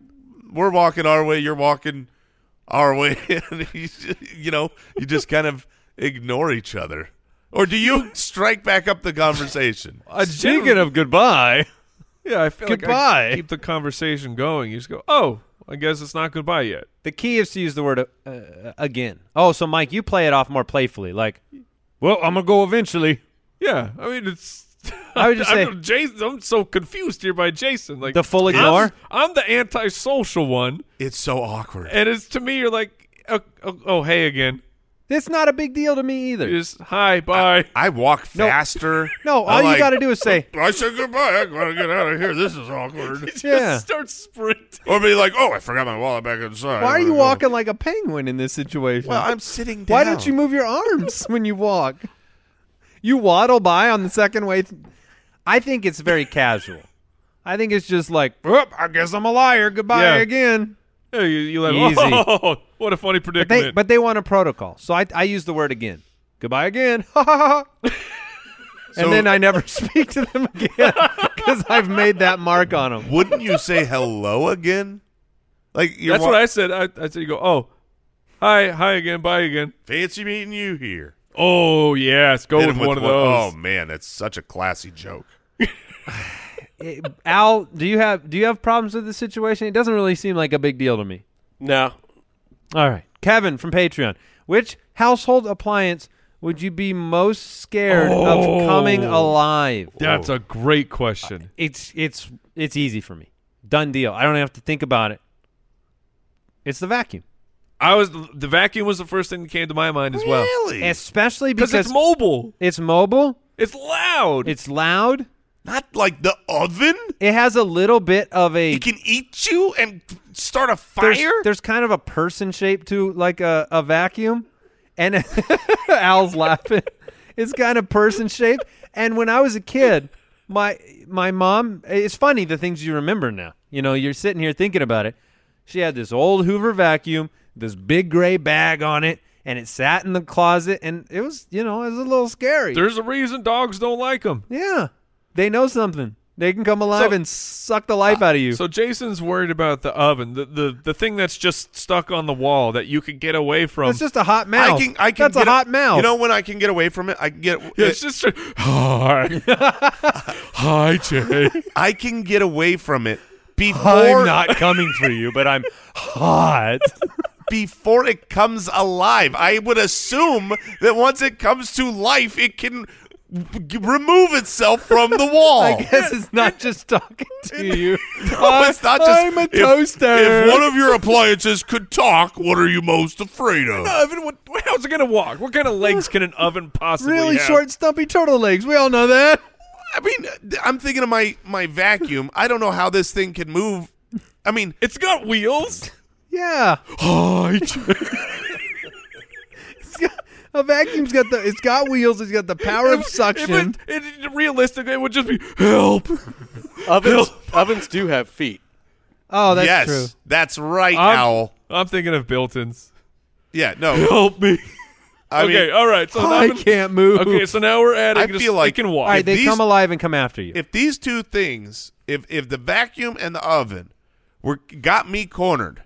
Speaker 6: we're walking our way, you're walking our way. [LAUGHS] and you ju- you know, you just kind of ignore each other. Or
Speaker 3: [LAUGHS]
Speaker 6: do you strike back up the conversation?
Speaker 5: Speaking of
Speaker 3: goodbye,
Speaker 5: yeah, I feel like
Speaker 3: Goodbye.
Speaker 5: I keep the conversation going. You just go, oh, I guess it's not goodbye yet.
Speaker 3: the key is to use the word uh, uh, again. Oh, so Mike, you play it off more playfully, like, well, I'm gonna go eventually.
Speaker 5: Yeah, I mean it's.
Speaker 3: I would just
Speaker 5: [LAUGHS] I'm,
Speaker 3: say-
Speaker 5: I'm Jason, I'm so confused here by Jason. Like
Speaker 3: The full
Speaker 5: I'm-
Speaker 3: ignore?
Speaker 5: I'm, the antisocial one,
Speaker 6: It's so awkward.
Speaker 5: and it's to me you're like, oh, oh, oh, hey again.
Speaker 3: It's not a big deal to me either.
Speaker 5: You just hi, bye.
Speaker 6: I walk faster.
Speaker 3: No, all
Speaker 6: I'm
Speaker 3: you
Speaker 6: like,
Speaker 3: got to do is
Speaker 6: [LAUGHS]
Speaker 3: say,
Speaker 6: I said goodbye. I gotta get out of here. This
Speaker 3: [LAUGHS]
Speaker 6: is awkward.
Speaker 3: yeah.
Speaker 5: [LAUGHS] Just start sprinting.
Speaker 6: or be like, oh, I forgot my wallet back inside.
Speaker 3: Why are you
Speaker 6: Well,
Speaker 3: walking like a penguin in this situation?
Speaker 6: Well, I'm sitting down.
Speaker 3: Why don't you move your arms when you walk? You waddle by on the second way. Th- I think it's
Speaker 6: [LAUGHS]
Speaker 3: very casual. I think it's just like, "Oop, I guess I'm a liar. Goodbye
Speaker 5: Yeah.
Speaker 3: again.
Speaker 5: Yeah, you, you let
Speaker 3: Easy.
Speaker 5: Oh, [LAUGHS] what a funny
Speaker 3: But they,
Speaker 5: predicament.
Speaker 3: but they want a protocol. So I, I use the word again. Goodbye again. [LAUGHS] Ha, ha, ha. and
Speaker 6: So-
Speaker 3: then I never [LAUGHS] speak to them again [LAUGHS] because I've made that mark on them.
Speaker 6: Wouldn't you say hello again? Like you're
Speaker 5: That's
Speaker 6: wa-
Speaker 5: what I said. I, I said you go, oh, hi, hi again, bye again.
Speaker 6: Fancy meeting you here.
Speaker 5: Oh yes, go
Speaker 6: Hit
Speaker 5: with
Speaker 6: him
Speaker 5: one of those.
Speaker 6: Oh man, that's such a classy joke.
Speaker 3: Al, do you have do you have problems with this situation? It doesn't really seem like a big deal to me.
Speaker 7: No,
Speaker 3: All right. Kevin from Patreon. Which household appliance would you be most scared of coming alive?
Speaker 5: That's a great question.
Speaker 3: It's it's it's easy for me. Done deal. I don't have to think about it. It's the vacuum.
Speaker 5: I was the vacuum was the first thing that came to my mind as well
Speaker 6: Really?
Speaker 3: Especially because
Speaker 5: because it's mobile,
Speaker 3: it's mobile,
Speaker 5: it's loud.
Speaker 3: it's loud,
Speaker 6: Not like the oven?
Speaker 3: it has a little bit of a
Speaker 6: It can eat you and start a
Speaker 3: there's,
Speaker 6: fire?
Speaker 3: there's kind of a person shape to like a, a vacuum, and [LAUGHS] Al's laughing. It's kind of person shape. And when I was a kid, my my mom. It's funny the things you remember now. You know, you're sitting here thinking about it. She had this old Hoover vacuum, this big gray bag on it, and it sat in the closet. And it was, you know, it was a little scary.
Speaker 5: There's a reason dogs don't like them.
Speaker 3: yeah, they know something. They can come alive
Speaker 5: So-
Speaker 3: and suck the life out of you.
Speaker 5: So Jason's worried about the oven, the, the the thing that's just stuck on the wall that you could get away from.
Speaker 3: That's just a hot mouth.
Speaker 6: I can, I can
Speaker 3: That's
Speaker 6: get
Speaker 3: a hot mouth.
Speaker 6: You know when I can get away from it, I can get.
Speaker 5: Yeah, it's just [LAUGHS] hi, hi, Jay.
Speaker 6: I can get away from it before
Speaker 3: I'm not coming for you, but I'm hot.
Speaker 6: before it comes alive. I would assume that once it comes to life, it can g- remove itself from [LAUGHS] the wall.
Speaker 3: I guess it's [LAUGHS] not just talking to you.
Speaker 6: No, it's not just,
Speaker 3: I'm a
Speaker 6: if-
Speaker 3: toaster.
Speaker 6: If, one of your appliances could talk, what are you most afraid
Speaker 5: [LAUGHS]
Speaker 6: of?
Speaker 5: oven, what, how's it gonna walk? What kind of legs can an oven possibly
Speaker 3: really
Speaker 5: have?
Speaker 3: short, stumpy turtle legs. We all know that.
Speaker 6: I mean, th- I'm thinking of my my vacuum. I don't know how this thing can move. I mean, [LAUGHS]
Speaker 5: It's got wheels.
Speaker 3: Yeah,
Speaker 5: Hi, Jay.
Speaker 3: It's got- a vacuum's got the. It's got wheels. It's got the power of suction.
Speaker 5: If it, it, realistically, it would just be help.
Speaker 3: [LAUGHS]
Speaker 7: Ovens, ovens do have feet.
Speaker 3: Oh, that's
Speaker 6: yes,
Speaker 3: true.
Speaker 6: that's right,
Speaker 5: I'm-
Speaker 6: Owl.
Speaker 5: I'm thinking of built-ins.
Speaker 6: Yeah,
Speaker 3: [LAUGHS]
Speaker 6: no.
Speaker 5: Help me.
Speaker 6: I
Speaker 5: okay,
Speaker 6: mean,
Speaker 3: uh,
Speaker 5: all right. So
Speaker 3: I
Speaker 5: the oven,
Speaker 3: can't move.
Speaker 5: okay, so now we're adding.
Speaker 6: I
Speaker 5: just,
Speaker 6: feel like-
Speaker 5: it can
Speaker 3: all
Speaker 5: walk.
Speaker 3: right, they
Speaker 6: these-
Speaker 3: come alive and come after you.
Speaker 6: if these two things, if if the vacuum and the oven were got
Speaker 3: [LAUGHS]
Speaker 6: me cornered,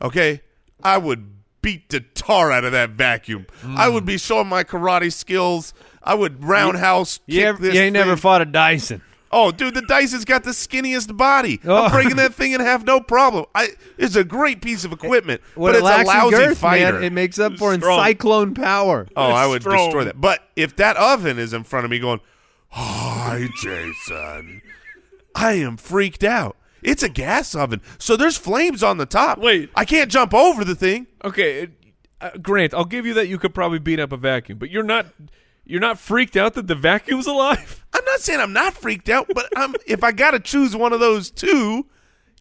Speaker 6: okay, I would beat the tar out of that vacuum. I
Speaker 3: Mm.
Speaker 6: would be showing my karate skills. I would roundhouse
Speaker 3: you
Speaker 6: kick
Speaker 3: ever-
Speaker 6: this
Speaker 3: you ain't never
Speaker 6: thing.
Speaker 3: fought a Dyson.
Speaker 6: Oh, dude, the Dyson's got the skinniest body.
Speaker 3: Oh.
Speaker 6: I'm breaking that thing in half, no problem. I it's a great piece of equipment,
Speaker 3: What [LAUGHS]
Speaker 6: but
Speaker 3: it
Speaker 6: it's
Speaker 3: lacks
Speaker 6: a lousy
Speaker 3: in girth,
Speaker 6: fighter.
Speaker 3: man, it makes up for in
Speaker 5: Strong.
Speaker 3: cyclone power.
Speaker 6: oh, I would
Speaker 5: strong.
Speaker 6: destroy that. But if that oven is in front of me, going, "Hi, Jason," I am freaked out. It's a gas oven, so there's flames on the top.
Speaker 5: Wait.
Speaker 6: I can't jump over the thing.
Speaker 5: Okay, it- uh, Grant, I'll give you that. You could probably beat up a vacuum, but you're not. You're not freaked out that the vacuum's alive. [LAUGHS]
Speaker 6: I'm not saying I'm not freaked out, but I'm [LAUGHS] if I gotta choose one of those two,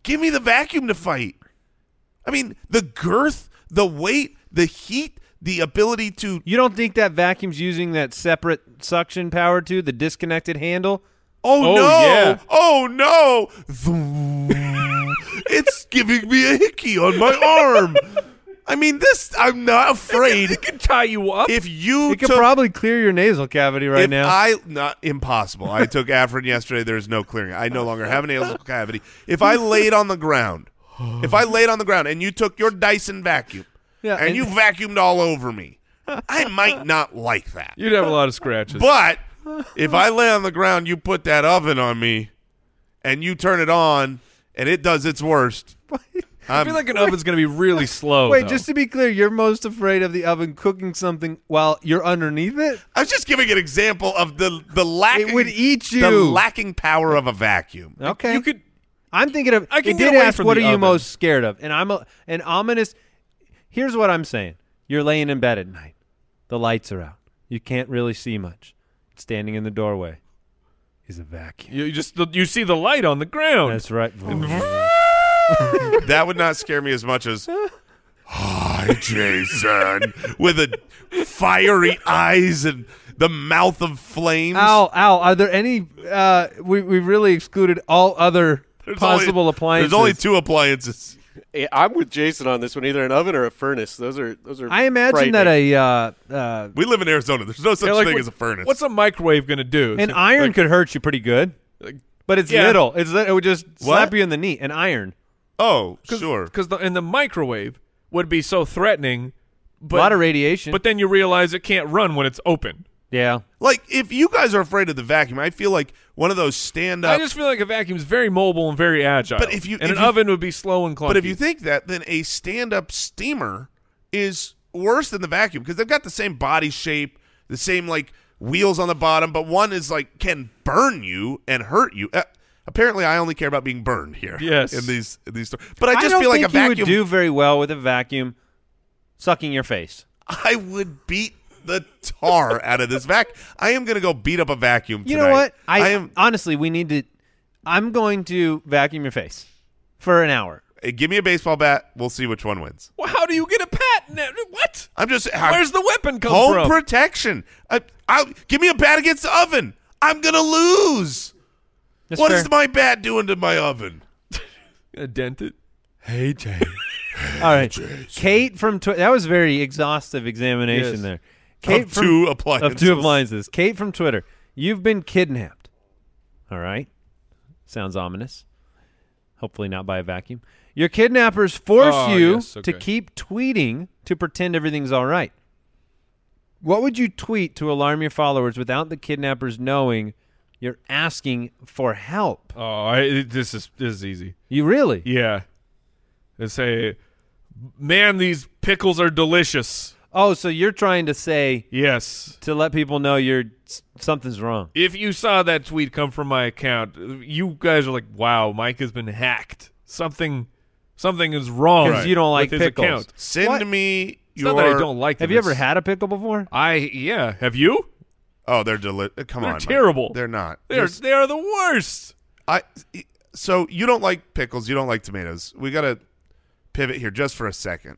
Speaker 6: give me the vacuum to fight. I mean, the girth, the weight, the heat, the ability to
Speaker 3: You don't think that vacuum's using that separate suction power to the disconnected handle?
Speaker 6: Oh,
Speaker 5: Oh,
Speaker 6: no!
Speaker 5: yeah.
Speaker 6: Oh no! it's giving me a hickey on my arm. I mean, this I'm not afraid.
Speaker 5: It could tie you up.
Speaker 6: If you
Speaker 3: It could
Speaker 6: took,
Speaker 3: probably clear your nasal cavity right
Speaker 6: if
Speaker 3: now.
Speaker 6: I not impossible. I took Afrin yesterday. There's no clearing. it. I no longer have an nasal cavity. If I laid on the ground, if I laid on the ground, and you took your Dyson vacuum,
Speaker 3: Yeah,
Speaker 6: and,
Speaker 3: and-
Speaker 6: you vacuumed all over me, I might not like that.
Speaker 5: You'd have a lot of
Speaker 3: [LAUGHS]
Speaker 5: scratches.
Speaker 6: But if I lay on the ground, you put that oven on me, and you turn it on, and it does its worst.
Speaker 5: I feel like an oven's gonna be really slow.
Speaker 3: [LAUGHS] Wait,
Speaker 5: though.
Speaker 3: just to be clear, you're most afraid of the oven cooking something while you're underneath it?
Speaker 6: I was just giving an example of the the lacking.
Speaker 3: It would eat you.
Speaker 6: The lacking power of a vacuum.
Speaker 3: Okay.
Speaker 5: you could.
Speaker 3: I'm thinking of.
Speaker 5: I can
Speaker 3: it
Speaker 5: get
Speaker 3: did
Speaker 5: away
Speaker 3: ask,
Speaker 5: from
Speaker 3: what
Speaker 5: the
Speaker 3: are you
Speaker 5: oven.
Speaker 3: most scared of? And I'm a, an ominous. Here's what I'm saying. You're laying in bed at night. The lights are out. You can't really see much. Standing in the doorway is a vacuum.
Speaker 5: You just you see the light on the ground.
Speaker 3: That's right.
Speaker 6: [LAUGHS] That would not scare me as much as. Hi, Jason, with a fiery eyes and the mouth of flames.
Speaker 3: Al, Al, are there any? Uh, we we really excluded all other
Speaker 6: There's only-
Speaker 3: possible appliances.
Speaker 6: There's only two appliances.
Speaker 7: Eh, I'm with Jason on this one. Either an oven or a furnace. Those are those are.
Speaker 3: I imagine that a uh, uh,
Speaker 6: We live in Arizona. There's no such
Speaker 5: Yeah, like,
Speaker 6: thing
Speaker 5: what-
Speaker 6: as a furnace.
Speaker 5: What's a microwave gonna do?
Speaker 3: [LAUGHS] an iron could hurt you pretty good, but it's
Speaker 5: Yeah.
Speaker 3: little. It's li- it would just slap
Speaker 6: What?
Speaker 3: you in the knee. An iron. [LAUGHS]
Speaker 6: oh, sure.
Speaker 5: because the, and the microwave would be so threatening. But,
Speaker 3: a lot of radiation.
Speaker 5: But then you realize it can't run when it's open.
Speaker 3: yeah,
Speaker 6: Like if you guys are afraid of the vacuum, I feel like one of those stand
Speaker 5: I
Speaker 6: up.
Speaker 5: just feel like a vacuum is very mobile and very agile.
Speaker 6: But if you-
Speaker 5: and
Speaker 6: if
Speaker 5: an
Speaker 6: you-
Speaker 5: oven would be slow and clunky.
Speaker 6: [LAUGHS] But if you think that, then a stand up steamer is worse than the vacuum because they've got the same body shape, the same like wheels on the bottom, but one is like can burn you and hurt you. Uh, apparently, I only care about being burned here.
Speaker 5: Yes.
Speaker 6: in these in these stories. But I just
Speaker 3: don't
Speaker 6: feel like
Speaker 3: think
Speaker 6: a vacuum.
Speaker 3: you would do very well with a vacuum sucking your face.
Speaker 6: [LAUGHS] I would beat the tar out of this vac. I am gonna go beat up a vacuum.
Speaker 3: You know
Speaker 6: tonight.
Speaker 3: what? I,
Speaker 6: am.
Speaker 3: honestly, we need to. I'm going to vacuum your face for an hour.
Speaker 6: uh, give me a baseball bat. We'll see which one wins.
Speaker 5: well, how do you get a patent? What?
Speaker 6: I'm just.
Speaker 5: Where's the weapon come
Speaker 6: home
Speaker 5: from?
Speaker 6: protection. I, I, give me a bat against the oven. I'm gonna lose.
Speaker 3: That's
Speaker 6: What
Speaker 3: fair.
Speaker 6: is my bat doing to my oven?
Speaker 5: Gonna dent it.
Speaker 6: Hey Jay,
Speaker 3: All right, Kate from Twi- that was very exhaustive examination
Speaker 5: Yes.
Speaker 3: there. Kate
Speaker 6: of
Speaker 3: from
Speaker 6: two appliances.
Speaker 3: of two appliances. Kate from Twitter, you've been kidnapped. All right, Sounds ominous. Hopefully not by a vacuum. Your kidnappers force
Speaker 5: Oh,
Speaker 3: you
Speaker 5: yes,
Speaker 3: to
Speaker 5: okay.
Speaker 3: keep tweeting to pretend everything's all right. What would you tweet to alarm your followers without the kidnappers knowing you're asking for help?
Speaker 5: [LAUGHS] Oh, I, this is this is easy.
Speaker 3: You really?
Speaker 5: Yeah, and say, man, these pickles are delicious.
Speaker 3: Oh, so you're trying to say
Speaker 5: Yes.
Speaker 3: to let people know you're s- something's wrong.
Speaker 5: If you saw that tweet come from my account, you guys are like, "Wow, Mike has been hacked. Something, something is wrong."
Speaker 3: Because you don't like
Speaker 5: with his
Speaker 3: pickles.
Speaker 5: account."
Speaker 6: Send
Speaker 3: What?
Speaker 6: me
Speaker 5: It's
Speaker 6: your.
Speaker 5: not that I don't like.
Speaker 3: Have
Speaker 5: them,
Speaker 3: you ever
Speaker 5: it's-
Speaker 3: had a pickle before?
Speaker 5: I yeah. Have you?
Speaker 6: Oh, they're deli- Come
Speaker 5: They're
Speaker 6: on, Mike.
Speaker 5: terrible.
Speaker 6: They're not.
Speaker 5: They are
Speaker 6: There's-
Speaker 5: they are the worst.
Speaker 6: I. e, So you don't like pickles. You don't like tomatoes. We gotta pivot here just for a second.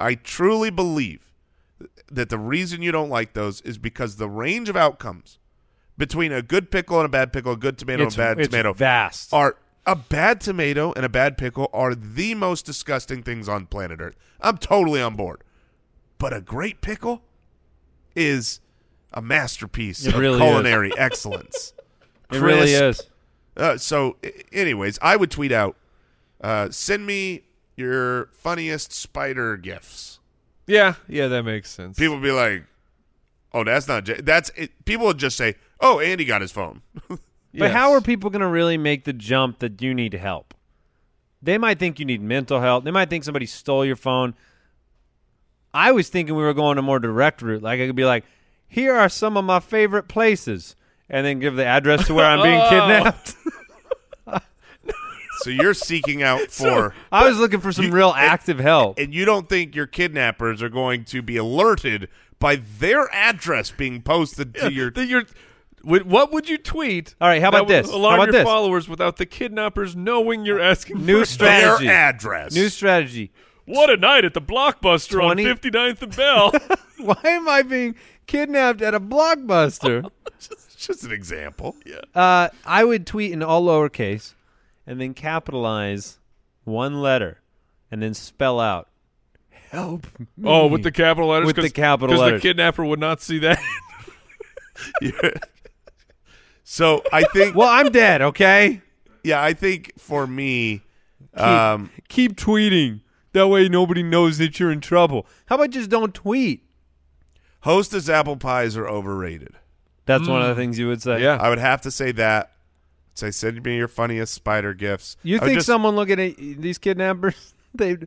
Speaker 6: I truly believe that the reason you don't like those is because the range of outcomes between a good pickle and a bad pickle, a good tomato
Speaker 3: it's
Speaker 6: and a bad
Speaker 3: it's
Speaker 6: tomato,
Speaker 3: vast.
Speaker 6: are a bad tomato and a bad pickle are the most disgusting things on planet Earth. I'm totally on board. But a great pickle is a masterpiece
Speaker 3: It
Speaker 6: of
Speaker 3: really
Speaker 6: culinary excellence.
Speaker 3: it really
Speaker 6: crisp.
Speaker 3: is.
Speaker 6: Uh, so, i- anyways, I would tweet out, uh, send me your funniest spider gifs.
Speaker 5: Yeah, yeah, that makes sense.
Speaker 6: People would be like, "Oh, that's not J- that's." It. People would just say, "Oh, Andy got his phone."
Speaker 3: But
Speaker 5: Yes.
Speaker 3: how are people going to really make the jump that you need help? They might think you need mental health. They might think somebody stole your phone. I was thinking we were going a more direct route. Like I could be like, "Here are some of my favorite places," and then give the address to where I'm [LAUGHS] being
Speaker 5: Oh.
Speaker 3: kidnapped.
Speaker 6: so you're seeking out for,
Speaker 3: I was looking for some [LAUGHS]
Speaker 6: You-
Speaker 3: real
Speaker 6: it-
Speaker 3: active help.
Speaker 6: and you don't think your kidnappers are going to be alerted by their address being posted to your.
Speaker 5: That you're- wh- what would you tweet?
Speaker 3: All right, how
Speaker 5: that
Speaker 3: about
Speaker 5: would
Speaker 3: this? How
Speaker 5: Alarm
Speaker 3: about
Speaker 5: your
Speaker 3: this? Uh,
Speaker 5: followers without the kidnappers knowing you're asking.
Speaker 3: New
Speaker 5: for-
Speaker 6: their
Speaker 3: strategy.
Speaker 6: [LAUGHS] address.
Speaker 3: New strategy. [LAUGHS]
Speaker 5: What a night at the Blockbuster
Speaker 3: 20
Speaker 5: on 59th and Bell.
Speaker 3: [LAUGHS] Why am I being kidnapped at a blockbuster?
Speaker 6: It's just an example. Yeah.
Speaker 3: Uh, I would tweet in all lowercase and then capitalize one letter and then spell out help me.
Speaker 5: oh, with
Speaker 3: [LAUGHS]
Speaker 5: the capital letters.
Speaker 3: With the
Speaker 5: 'Cause-
Speaker 3: capital
Speaker 5: 'cause
Speaker 3: letters.
Speaker 5: the kidnapper would not see that.
Speaker 6: [LAUGHS] So I think.
Speaker 3: Well, I'm dead, okay?
Speaker 6: yeah, I think for me, um,
Speaker 3: Keep tweeting. That way nobody knows that you're in trouble. How about just don't tweet?
Speaker 6: Hostess apple pies are overrated.
Speaker 3: That's one of the things you would say.
Speaker 5: Yeah.
Speaker 6: I would have to say that. I'd say send me your funniest spider gifts.
Speaker 3: You
Speaker 6: I would
Speaker 3: think
Speaker 6: just-
Speaker 3: someone looking at these kidnappers, [LAUGHS] they'd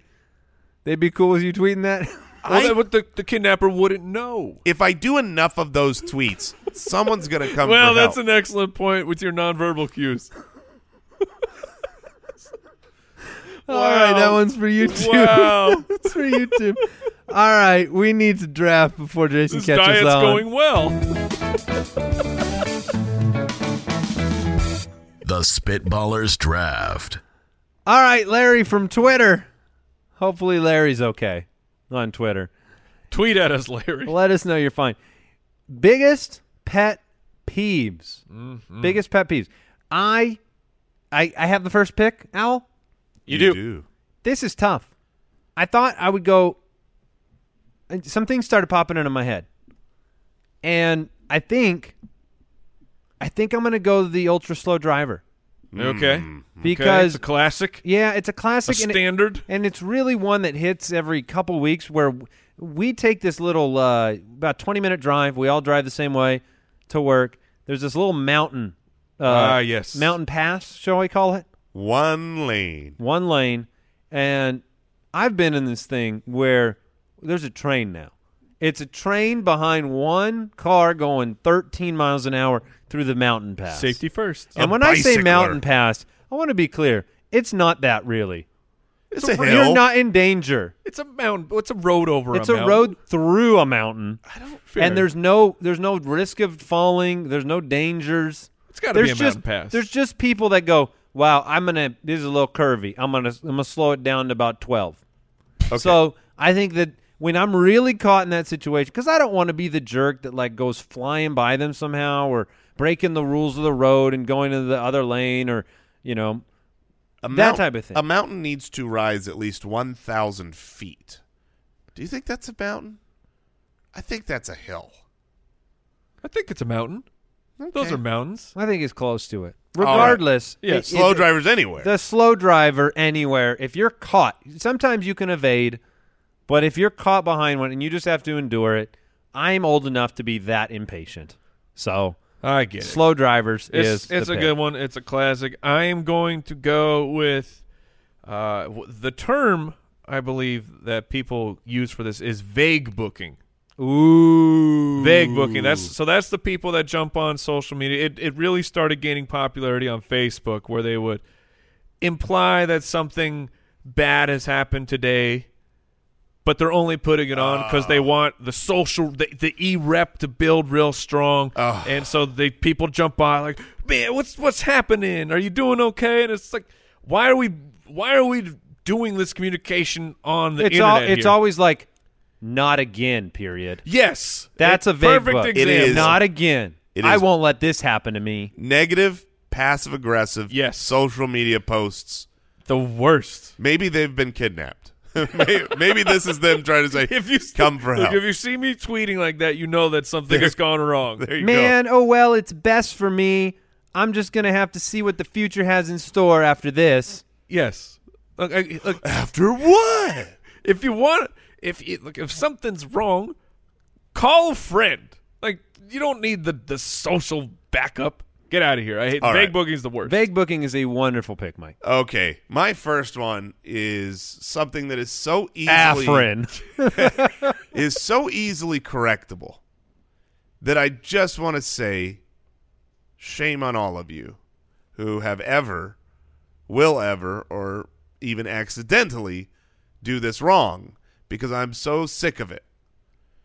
Speaker 3: they'd be cool with you tweeting that? [LAUGHS]
Speaker 5: well, that would- the, the kidnapper wouldn't know.
Speaker 6: if I do enough of those tweets, someone's gonna come.
Speaker 5: Well,
Speaker 6: for
Speaker 5: that's
Speaker 6: help.
Speaker 5: an excellent point with your nonverbal [LAUGHS] cues.
Speaker 3: All right, that
Speaker 5: Wow.
Speaker 3: one's for you too. [LAUGHS]
Speaker 5: Wow.
Speaker 3: That's for you too. All right, we need to draft before Jason
Speaker 5: this
Speaker 3: catches
Speaker 5: diet's
Speaker 3: on.
Speaker 5: going well.
Speaker 4: The Spitballers Draft.
Speaker 3: All right, Larry from Twitter. Hopefully, Larry's okay on Twitter.
Speaker 5: Tweet at us, Larry.
Speaker 3: Let us know you're fine. Biggest pet peeves.
Speaker 5: Mm-hmm.
Speaker 3: Biggest pet peeves. I, I, I have the first pick. Al,
Speaker 7: You, do.
Speaker 3: this is tough. I thought I would go. and Some things started popping into my head, and I think, I think I'm gonna go the ultra slow driver
Speaker 5: Okay. okay. It's
Speaker 3: because
Speaker 5: a classic,
Speaker 3: yeah, it's a
Speaker 5: a
Speaker 3: classic. and it-
Speaker 5: standard.
Speaker 3: and it's really one that hits every couple weeks where w- we take this little uh, about 20 minute drive we all drive the same way to work there's this little mountain uh,
Speaker 5: Ah, yes.
Speaker 3: mountain pass shall we call it
Speaker 6: One lane.
Speaker 3: one lane and i've been in this thing where there's a train now it's a train behind one car going 13 miles an hour through the mountain pass
Speaker 5: Safety first.
Speaker 3: and
Speaker 6: A
Speaker 3: when i say
Speaker 6: bicycler.
Speaker 3: mountain pass i want to be clear it's not that really
Speaker 6: It's a hill.
Speaker 3: you're not in danger
Speaker 5: It's a mountain. It's a road over.
Speaker 3: it's a road through a mountain,
Speaker 5: Fair.
Speaker 3: and there's no there's no risk of falling. There's no dangers.
Speaker 5: It's gotta be
Speaker 3: there's
Speaker 5: a
Speaker 3: just,
Speaker 5: mountain pass.
Speaker 3: There's just people that go, "Wow, I'm gonna. This is a little curvy. I'm gonna I'm gonna slow it down to about 12." So I think that when I'm really caught in that situation, because I don't want to be the jerk that like goes flying by them somehow or breaking the rules of the road and going into the other lane or you know
Speaker 6: A
Speaker 3: that
Speaker 6: mount-
Speaker 3: type of thing.
Speaker 6: A mountain needs to rise at least one thousand feet. Do you think that's a mountain? I think that's a hill.
Speaker 5: I think it's a mountain. Those
Speaker 6: Okay.
Speaker 5: are mountains.
Speaker 3: I think it's close to it. regardless.
Speaker 5: Yeah,
Speaker 3: it-
Speaker 6: Slow
Speaker 3: it-
Speaker 6: drivers anywhere.
Speaker 3: The slow driver anywhere. If you're caught, sometimes you can evade, but if you're caught behind one and you just have to endure it, I'm old enough to be that impatient. So
Speaker 5: I get it.
Speaker 3: slow drivers
Speaker 5: It's
Speaker 3: is
Speaker 5: it's
Speaker 3: the
Speaker 5: a
Speaker 3: pick.
Speaker 5: good one. It's a classic. I am going to go with uh, w- the term I believe that people use for this is vague booking.
Speaker 3: Ooh,
Speaker 5: Vague booking. That's so that's the people that jump on social media. It it really started gaining popularity on Facebook where they would imply that something bad has happened today. But they're only putting it on because
Speaker 3: Ah.
Speaker 5: they want the social, the, the e rep to build real strong,
Speaker 3: Ah.
Speaker 5: and so they people jump by like, man, what's what's happening? Are you doing okay? And it's like, why are we why are we doing this communication on the
Speaker 3: it's
Speaker 5: internet?
Speaker 3: all. It's
Speaker 5: here?
Speaker 3: always like not again. Period.
Speaker 5: yes,
Speaker 3: That's
Speaker 5: It-
Speaker 3: a vague
Speaker 5: perfect
Speaker 3: book. It
Speaker 5: example.
Speaker 6: is.
Speaker 3: Not again.
Speaker 6: It
Speaker 3: I
Speaker 6: is-
Speaker 3: won't let this happen to me.
Speaker 6: Negative, passive aggressive.
Speaker 5: Yes.
Speaker 6: Social media posts.
Speaker 5: the worst.
Speaker 6: Maybe they've been kidnapped. [LAUGHS] maybe, maybe this is them trying to say,
Speaker 5: [LAUGHS] if you
Speaker 6: "Come for
Speaker 5: look,
Speaker 6: help."
Speaker 5: if you see me tweeting like that, you know that something has gone wrong.
Speaker 6: there you go.
Speaker 3: Man, oh well, it's best for me. I'm just gonna have to see what the future has in store after this.
Speaker 5: Yes. Look, I, look,
Speaker 6: After what?
Speaker 5: if you want, if you, look, if something's wrong, call a friend. Like you don't need the the social backup. Get out of here. I hate
Speaker 6: All
Speaker 5: vague
Speaker 6: right.
Speaker 5: booking's the worst.
Speaker 3: Vague booking is a wonderful pick, Mike.
Speaker 6: Okay, my first one is something that is so easily
Speaker 3: Afrin.
Speaker 6: is so easily correctable that I just want to say shame on all of you who have ever, will ever, or even accidentally do this wrong because I'm so sick of it.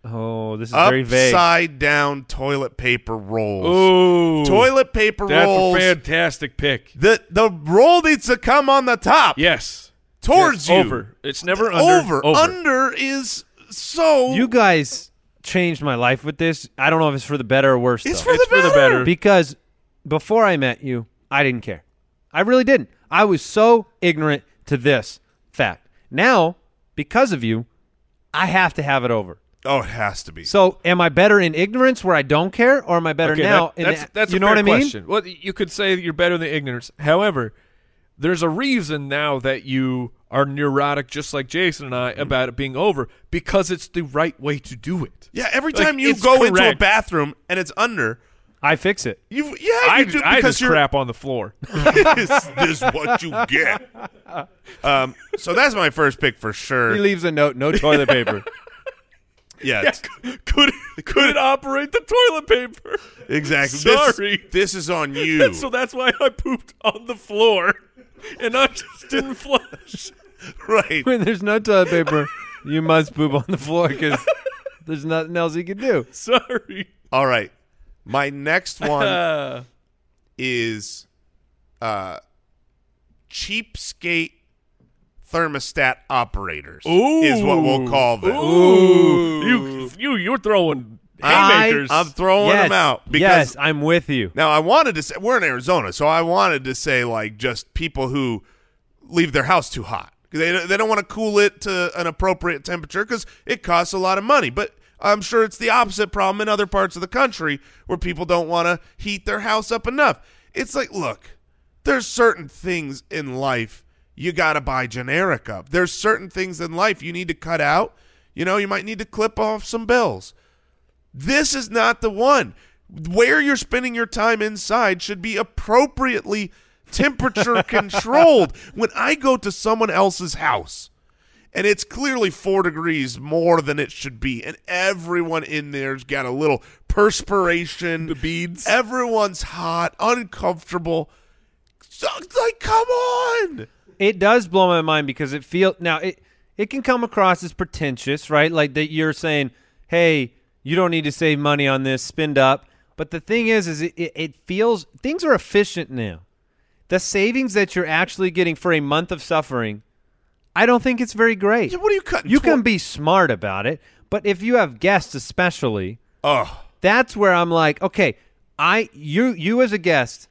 Speaker 3: Oh, this is very vague.
Speaker 6: Upside down toilet paper rolls.
Speaker 5: Ooh,
Speaker 6: toilet paper
Speaker 5: That's
Speaker 6: rolls.
Speaker 5: a fantastic pick.
Speaker 6: The the roll needs to come on the top
Speaker 5: Yes.
Speaker 6: towards
Speaker 5: Yes,
Speaker 6: you.
Speaker 5: Over. It's never under.
Speaker 6: Over. Under is so.
Speaker 3: You guys changed my life with this. I don't know if it's for the better or worse.
Speaker 6: it's
Speaker 3: though.
Speaker 6: for, the,
Speaker 5: for the
Speaker 6: better.
Speaker 5: better.
Speaker 3: because before I met you, I didn't care. I really didn't. I was so ignorant to this fact. Now, because of you, I have to have it over.
Speaker 6: Oh, it has to be.
Speaker 3: So, am I better in ignorance where I don't care, or am I better
Speaker 5: Okay,
Speaker 3: now?
Speaker 5: that-
Speaker 3: in
Speaker 5: that's
Speaker 3: the-
Speaker 5: that's
Speaker 3: you
Speaker 5: a
Speaker 3: know
Speaker 5: fair
Speaker 3: what I mean.
Speaker 5: Question. Well, you could say that you're better than ignorance. However, there's a reason now that you are neurotic, just like Jason and I, about it being over because it's the right way to do it.
Speaker 6: yeah, every
Speaker 5: Like,
Speaker 6: time you
Speaker 5: it's
Speaker 6: go into a
Speaker 5: correct.
Speaker 6: bathroom and it's under,
Speaker 3: I fix it.
Speaker 6: you yeah, you
Speaker 5: I,
Speaker 6: do
Speaker 5: I
Speaker 6: because
Speaker 5: just
Speaker 6: you're
Speaker 5: crap on the floor. [LAUGHS]
Speaker 6: [LAUGHS] this is what you get. Um, so that's my first pick for
Speaker 3: He
Speaker 6: sure.
Speaker 3: leaves a note, no toilet paper.
Speaker 5: [LAUGHS]
Speaker 6: Yeah, it's-
Speaker 5: could could it operate the toilet paper?
Speaker 6: exactly.
Speaker 5: Sorry.
Speaker 6: this, this is on you.
Speaker 5: So [LAUGHS] that's why I pooped on the floor, and I just didn't flush.
Speaker 6: [LAUGHS]
Speaker 5: [LAUGHS]
Speaker 3: [LAUGHS]
Speaker 6: right.
Speaker 3: when there's no toilet paper, you must poop on the floor because there's nothing else you can do.
Speaker 5: Sorry.
Speaker 6: All right. My next one is uh cheapskate thermostat operators is what we'll call them.
Speaker 5: Ooh, you you you're throwing
Speaker 6: I-
Speaker 5: haymakers.
Speaker 6: I'm throwing
Speaker 3: yes,
Speaker 6: them out because
Speaker 3: yes, I'm with you.
Speaker 6: now I wanted to say we're in Arizona, so I wanted to say like just people who leave their house too hot. They don't- they don't want to cool it to an appropriate temperature because it costs a lot of money. But I'm sure it's the opposite problem in other parts of the country where people don't want to heat their house up enough. It's like look, there's certain things in life you got to buy generic of. There's certain things in life you need to cut out. You know, you might need to clip off some bills. This is not the one. Where you're spending your time inside should be appropriately temperature controlled. When I go to someone else's house and it's clearly four degrees more than it should be, and everyone in there's got a little perspiration, the beads. Everyone's hot, uncomfortable. So, it's like, come on.
Speaker 3: It does blow my mind because it feels now it it can come across as pretentious, right? Like that you're saying, "Hey, you don't need to save money on this, spend up." But the thing is, is it, it, it feels things are efficient now. The savings that you're actually getting for a month of suffering, I don't think it's very great.
Speaker 6: Yeah, What are you cutting?
Speaker 3: You
Speaker 6: tw-
Speaker 3: can be smart about it, but if you have guests, especially,
Speaker 6: Ugh.
Speaker 3: that's where I'm like, okay, I you you as a guest,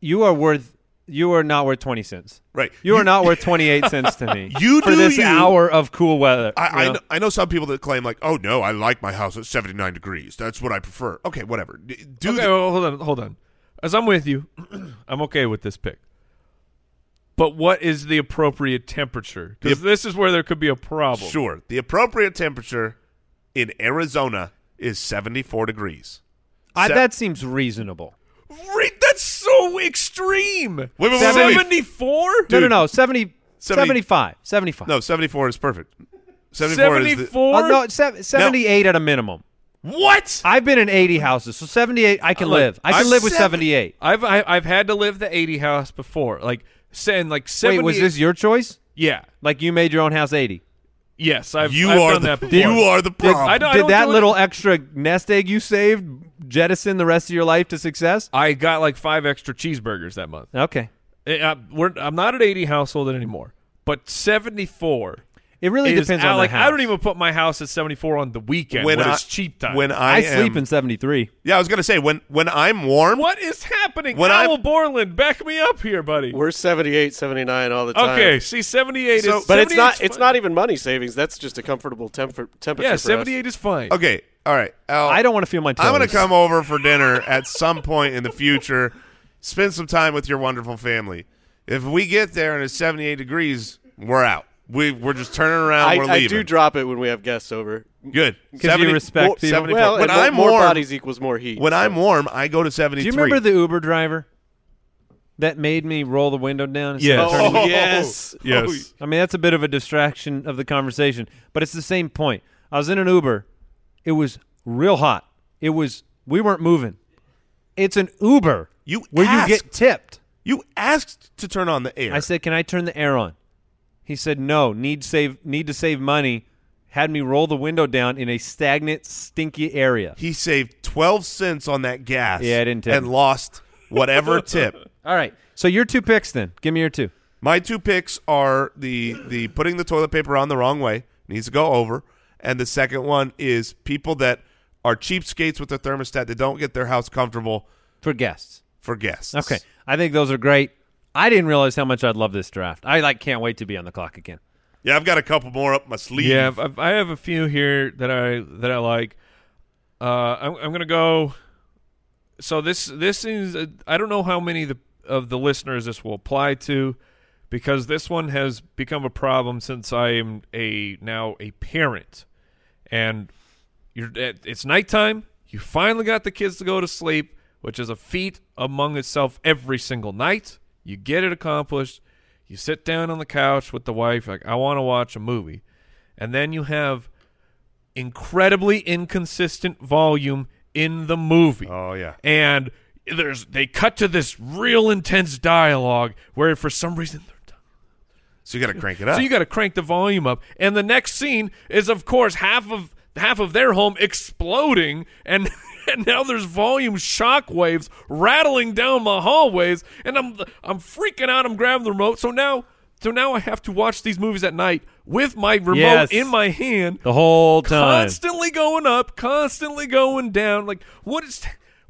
Speaker 3: you are worth you are not worth twenty cents.
Speaker 6: Right.
Speaker 3: You are not worth twenty eight cents to me.
Speaker 6: You
Speaker 3: for
Speaker 6: do
Speaker 3: this
Speaker 6: you.
Speaker 3: hour of cool weather.
Speaker 6: I, I,
Speaker 3: you
Speaker 6: know, I know some people that claim like, oh no, I like my house at 79 degrees. That's what I prefer. Okay, whatever. D- Do
Speaker 5: okay,
Speaker 6: the-
Speaker 5: well, hold on, hold on. as I'm with you, [CLEARS THROAT] I'm okay with this pick. But what is the appropriate temperature? Because this is where there could be a problem.
Speaker 6: [LAUGHS] Sure. The appropriate temperature in Arizona is 74 degrees.
Speaker 3: I,
Speaker 6: Se-
Speaker 3: that seems reasonable.
Speaker 5: Re- that's so extreme.
Speaker 6: Wait, wait, wait, wait, wait.
Speaker 5: 74?
Speaker 3: no, no, no. 70,
Speaker 6: 70
Speaker 3: 75. 75.
Speaker 6: No, 74 is perfect. 74 is the,
Speaker 5: 74?
Speaker 3: Oh, no, se- 78 at a minimum.
Speaker 6: What?
Speaker 3: I've been in 80 houses, so 78 I can
Speaker 5: Look,
Speaker 3: live. I can
Speaker 5: I'm
Speaker 3: live with
Speaker 5: seven-
Speaker 3: 78.
Speaker 5: I've I, I've had to live the 80 house before. Like saying like 70
Speaker 3: Wait, was this your choice?
Speaker 5: Yeah.
Speaker 3: Like you made your own house 80.
Speaker 5: Yes, I've
Speaker 6: You
Speaker 5: I've
Speaker 6: are
Speaker 5: done
Speaker 6: the
Speaker 5: that before.
Speaker 6: you are the problem.
Speaker 5: I don't-
Speaker 3: Did that
Speaker 5: do it-
Speaker 3: little extra nest egg you saved jettison the rest of your life to success?
Speaker 5: I got like 5 extra cheeseburgers that month.
Speaker 3: Okay.
Speaker 5: I, I, Eh, uh, we're, I'm not at 80 household anymore, but 74
Speaker 3: It really
Speaker 5: is
Speaker 3: depends
Speaker 5: out-
Speaker 3: on
Speaker 5: like
Speaker 3: the house.
Speaker 5: I don't even put my house at 74 on the weekend when,
Speaker 6: I,
Speaker 5: it's cheap time.
Speaker 6: When I,
Speaker 3: I,
Speaker 6: am-
Speaker 3: sleep in 73.
Speaker 6: Yeah, I was gonna say when when I'm warm.
Speaker 5: what is happening?
Speaker 6: When I-
Speaker 5: Owl Borland, back me up here, buddy.
Speaker 7: We're 78, 79 all the time.
Speaker 5: Okay, see, 78
Speaker 6: So-
Speaker 5: is
Speaker 7: But it's
Speaker 5: 78
Speaker 7: not
Speaker 5: 's
Speaker 7: it's
Speaker 5: fine.
Speaker 7: not even money savings. That's just a comfortable temper, temperature.
Speaker 5: Yeah,
Speaker 7: for us.
Speaker 5: 78 is fine.
Speaker 6: Okay, all right. Al,
Speaker 3: I don't want to feel my toes.
Speaker 6: I'm gonna come over for dinner at some point in the future. Spend some time with your wonderful family. If we get there and it's 78 degrees, we're out. We we're just turning around.
Speaker 7: I,
Speaker 6: we're
Speaker 7: I
Speaker 6: leaving.
Speaker 7: do drop it when we have guests over.
Speaker 6: Good.
Speaker 3: 'Cause you respect people.
Speaker 6: 74.
Speaker 7: Well,
Speaker 6: when
Speaker 7: and more-
Speaker 6: I'm
Speaker 7: more,
Speaker 6: warm,
Speaker 7: bodies equals more heat.
Speaker 6: when I'm warm, I go to 73.
Speaker 3: Do you remember the Uber driver that made me roll the window down? instead of
Speaker 5: Yes.
Speaker 3: turning-
Speaker 7: oh, yes.
Speaker 5: Yes.
Speaker 3: I mean, that's a bit of a distraction of the conversation, but it's the same point. I was in an Uber. It was real hot. It was we weren't moving. It's an Uber.
Speaker 6: You
Speaker 3: where you get
Speaker 6: asked.
Speaker 3: tipped.
Speaker 6: You asked to turn on the air.
Speaker 3: I said, "Can I turn the air on?" He said, "No. Need save need to save money." Had me roll the window down in a stagnant, stinky area.
Speaker 6: he saved 12 cents on that gas.
Speaker 3: Yeah, I didn't tip.
Speaker 6: And lost
Speaker 3: [LAUGHS]
Speaker 6: whatever tip.
Speaker 3: All right. So your two picks then. Give me your two.
Speaker 6: My two picks are the the putting the toilet paper on the wrong way needs to go over, and the second one is people that are cheapskates with their thermostat that don't get their house comfortable
Speaker 3: For guests.
Speaker 6: for guests.
Speaker 3: Okay. I think those are great. I didn't realize how much I'd love this draft. I like can't wait to be on the clock again.
Speaker 6: Yeah, I've got a couple more up my sleeve.
Speaker 5: Yeah, I've- I've, I have a few here that I that I like. Uh, I'm, I'm gonna go. So this this is uh, I don't know how many the, of the listeners this will apply to, because this one has become a problem since I am a now a parent, and you're at, it's nighttime. You finally got the kids to go to sleep, which is a feat among itself every single night. You get it accomplished. You sit down on the couch with the wife, like I want to watch a movie and then you have incredibly inconsistent volume in the movie.
Speaker 6: Oh, yeah.
Speaker 5: And there's they cut to this real intense dialogue where for some reason they're done.
Speaker 6: so you got to crank it up.
Speaker 5: So you got to crank the volume up. And the next scene is of course half of half of their home exploding and [LAUGHS] and now there's volume shockwaves rattling down my hallways and I'm I'm freaking out. I'm grabbing the remote. So now so now I have to watch these movies at night with my remote
Speaker 3: Yes.
Speaker 5: in my hand
Speaker 3: The whole time.
Speaker 5: constantly going up, constantly going down. Like what is?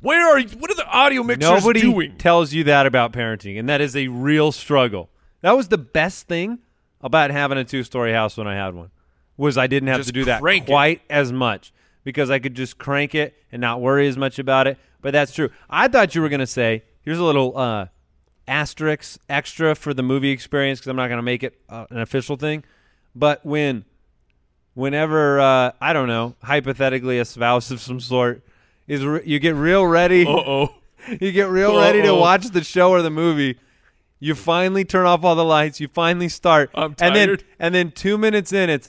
Speaker 5: Where are? you- What are the audio mixers
Speaker 3: Nobody
Speaker 5: doing?
Speaker 6: [LAUGHS]
Speaker 3: tells you that about parenting, and that is a real struggle. That was the best thing about having a two-story house when I had one was I didn't have
Speaker 5: Just
Speaker 3: to do that
Speaker 5: crank it.
Speaker 3: quite as much because I could just crank it and not worry as much about it. But that's true. I thought you were gonna say here's a little uh, asterisk extra for the movie experience because I'm not gonna make it uh, an official thing. But when whenever uh, I don't know, hypothetically a spouse of some sort is re- you get real ready.
Speaker 5: oh,
Speaker 3: You get real ready to
Speaker 5: Uh-oh.
Speaker 3: watch the show or the movie. You finally turn off all the lights. You finally start.
Speaker 5: I'm
Speaker 3: And then
Speaker 5: tired.
Speaker 3: and then two minutes in, it's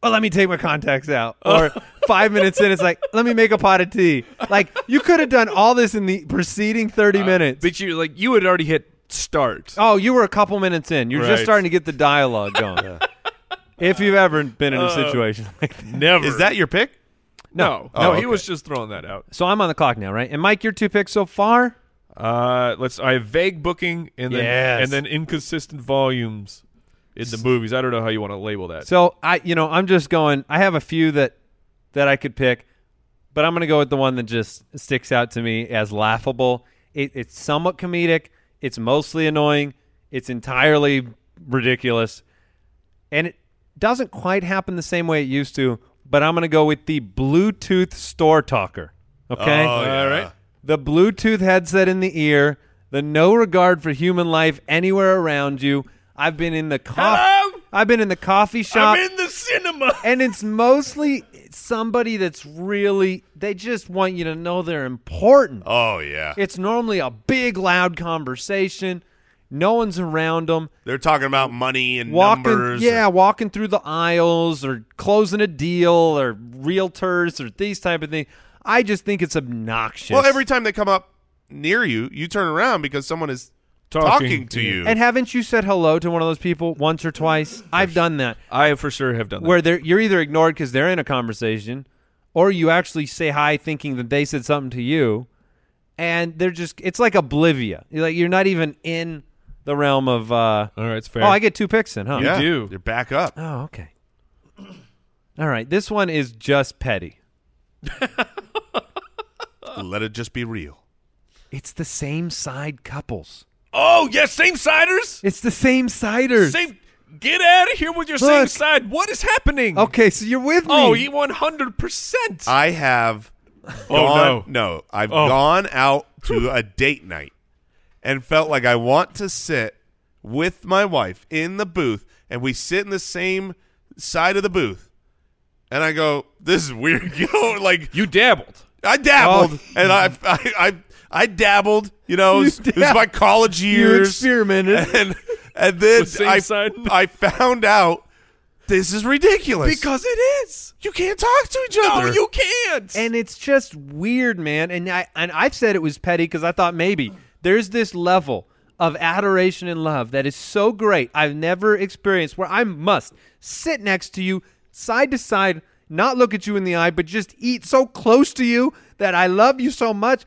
Speaker 3: well, let me take my contacts out. Or five minutes in, it's like let me make a pot of tea. Like you could have done all this in the preceding thirty minutes.
Speaker 5: but you like you had already hit start.
Speaker 3: oh, you were a couple minutes in. You're
Speaker 5: Right.
Speaker 3: just starting to get the dialogue going. If you've ever been in a situation like that.
Speaker 5: Never
Speaker 6: Oh, is that your pick?
Speaker 5: no? No,
Speaker 6: Oh,
Speaker 5: he
Speaker 6: okay.
Speaker 5: was just throwing that out.
Speaker 3: So I'm on the clock now, right? And Mike, your two picks so far.
Speaker 5: Uh, let's. I have vague booking and then
Speaker 3: Yes.
Speaker 5: and then inconsistent volumes in the movies. I don't know how you want to label that.
Speaker 3: So I, you know, I'm just going. I have a few that that I could pick, but I'm going to go with the one that just sticks out to me as laughable. It, it's somewhat comedic. It's mostly annoying. It's entirely ridiculous, and it doesn't quite happen the same way it used to. But I'm going to go with the Bluetooth store talker. Okay.
Speaker 6: Oh, yeah.
Speaker 5: All right.
Speaker 3: the Bluetooth headset in the ear, the no regard for human life anywhere around you. I've been in the coffee.
Speaker 5: Hello?
Speaker 3: I've been in the coffee shop,
Speaker 5: I'm in the cinema. [LAUGHS]
Speaker 3: and it's mostly somebody that's really. They just want you to know they're important.
Speaker 6: Oh yeah,
Speaker 3: It's normally a big, loud conversation. No one's around them.
Speaker 6: they're talking about money and
Speaker 3: Walking,
Speaker 6: numbers.
Speaker 3: yeah, walking through the aisles or closing a deal or realtors or these type of things. I just think it's obnoxious.
Speaker 6: Well, every time they come up near you, you turn around because someone is talking, to you.
Speaker 3: and haven't you said hello to one of those people once or twice? I've done that
Speaker 5: I for sure have done that.
Speaker 3: where they're you're either ignored because they're in a conversation, or you actually say hi thinking that they said something to you, and they're just it's like oblivia. You're like you're not even in the realm of. Uh,
Speaker 5: All right, it's fair.
Speaker 3: oh, I get two picks in, huh?
Speaker 6: yeah,
Speaker 5: do.
Speaker 6: You're back up.
Speaker 3: Oh, okay. All right, this one is just petty.
Speaker 6: Let it just be real.
Speaker 3: It's the same side couples.
Speaker 5: Oh yes, same siders.
Speaker 3: It's the same siders.
Speaker 5: Same. Get out of here with your same
Speaker 3: Look.
Speaker 5: side. What is happening?
Speaker 3: Okay, Uh, so you're with me.
Speaker 5: Oh, you one hundred percent. [LAUGHS]
Speaker 6: I have
Speaker 5: Oh, no. Oh.
Speaker 6: gone no. I've gone
Speaker 5: [LAUGHS]
Speaker 6: out to a date night and felt like I want to sit with my wife in the booth and we sit in the same side of the booth. And I go, this is weird. [LAUGHS] You know, like
Speaker 5: You dabbled.
Speaker 6: I dabbled
Speaker 3: Oh.
Speaker 6: and I, I I I dabbled,
Speaker 5: [LAUGHS]
Speaker 6: you know, it
Speaker 3: You
Speaker 6: was, it was
Speaker 3: dab-
Speaker 6: my college
Speaker 3: You
Speaker 6: years.
Speaker 3: experimented.
Speaker 6: [LAUGHS] and and then
Speaker 5: With same
Speaker 6: I,
Speaker 5: side?
Speaker 6: I found out this is ridiculous.
Speaker 5: it is.
Speaker 6: you can't talk to each other.
Speaker 5: No, you can't.
Speaker 3: and it's just weird, man. And I and I've said it was petty because I thought maybe there's this level of adoration and love that is so great I've never experienced where I must sit next to you side to side, not look at you in the eye, but just eat so close to you that I love you so much.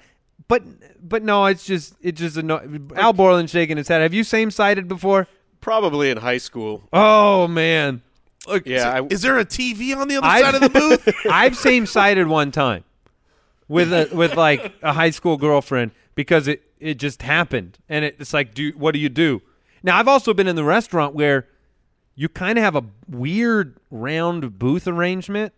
Speaker 3: But but no, it's just it just anno- Al Borland shaking his head. Have you same sided before?
Speaker 7: Probably in high school.
Speaker 3: Oh man,
Speaker 5: Look,
Speaker 7: Yeah, I,
Speaker 6: Is there a TV on the other
Speaker 3: I've-
Speaker 6: side
Speaker 3: [LAUGHS]
Speaker 6: of the booth?
Speaker 3: I've same sided one time with a with like a high school girlfriend because it it just happened and it, it's like do what do you do? Now I've also been in the restaurant where you kind of have a weird round booth arrangement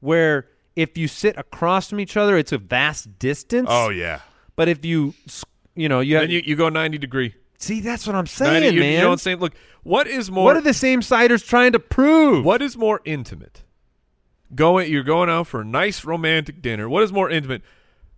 Speaker 3: where if you sit across from each other it's a vast distance.
Speaker 6: Oh yeah.
Speaker 3: But if you s- you know you, have,
Speaker 5: and you, you go ninety degree.
Speaker 3: see that's what I'm
Speaker 5: 90,
Speaker 3: saying,
Speaker 5: you,
Speaker 3: man.
Speaker 5: You know what I'm saying? Look, what is more?
Speaker 3: what are the same siders trying to prove?
Speaker 5: [LAUGHS] What is more intimate? Going, you're going out for a nice romantic dinner. What is more intimate?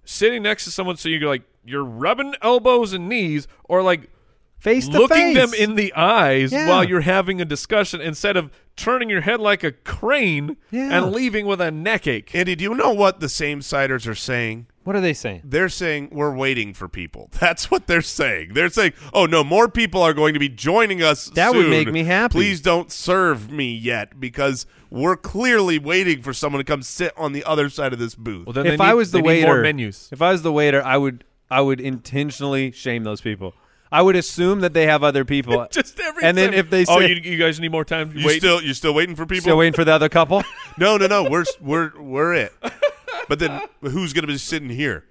Speaker 5: Sitting next to someone, so you're like you're rubbing elbows and knees, or like
Speaker 3: Face to
Speaker 5: looking
Speaker 3: face.
Speaker 5: them in the eyes
Speaker 3: Yeah.
Speaker 5: while you're having a discussion instead of turning your head like a crane
Speaker 3: Yeah.
Speaker 5: and leaving with a neck ache. [LAUGHS]
Speaker 6: Andy, do you know what the same siders are saying?
Speaker 3: What are they saying?
Speaker 6: They're saying we're waiting for people. [LAUGHS] That's what they're saying. They're saying, "Oh no, more people are going to be joining us."
Speaker 3: That would
Speaker 6: soon.
Speaker 3: make me happy.
Speaker 6: Please don't serve me yet because we're clearly waiting for someone to come sit on the other side of this booth.
Speaker 5: Well, then
Speaker 3: if
Speaker 5: they
Speaker 3: I
Speaker 5: need-
Speaker 3: was the
Speaker 5: they need more
Speaker 3: waiter,
Speaker 5: menus.
Speaker 3: if I was the waiter, I would I would intentionally shame those people. I would assume that they have other people.
Speaker 5: [LAUGHS] Just every
Speaker 3: and then
Speaker 5: time-
Speaker 3: if they say,
Speaker 5: oh, you, you guys need more time.
Speaker 6: you
Speaker 5: wait.
Speaker 6: still you're still waiting for people.
Speaker 3: still waiting for the other couple, [LAUGHS]
Speaker 6: No, no, no. We're we're we're it. But then who's going to be sitting here?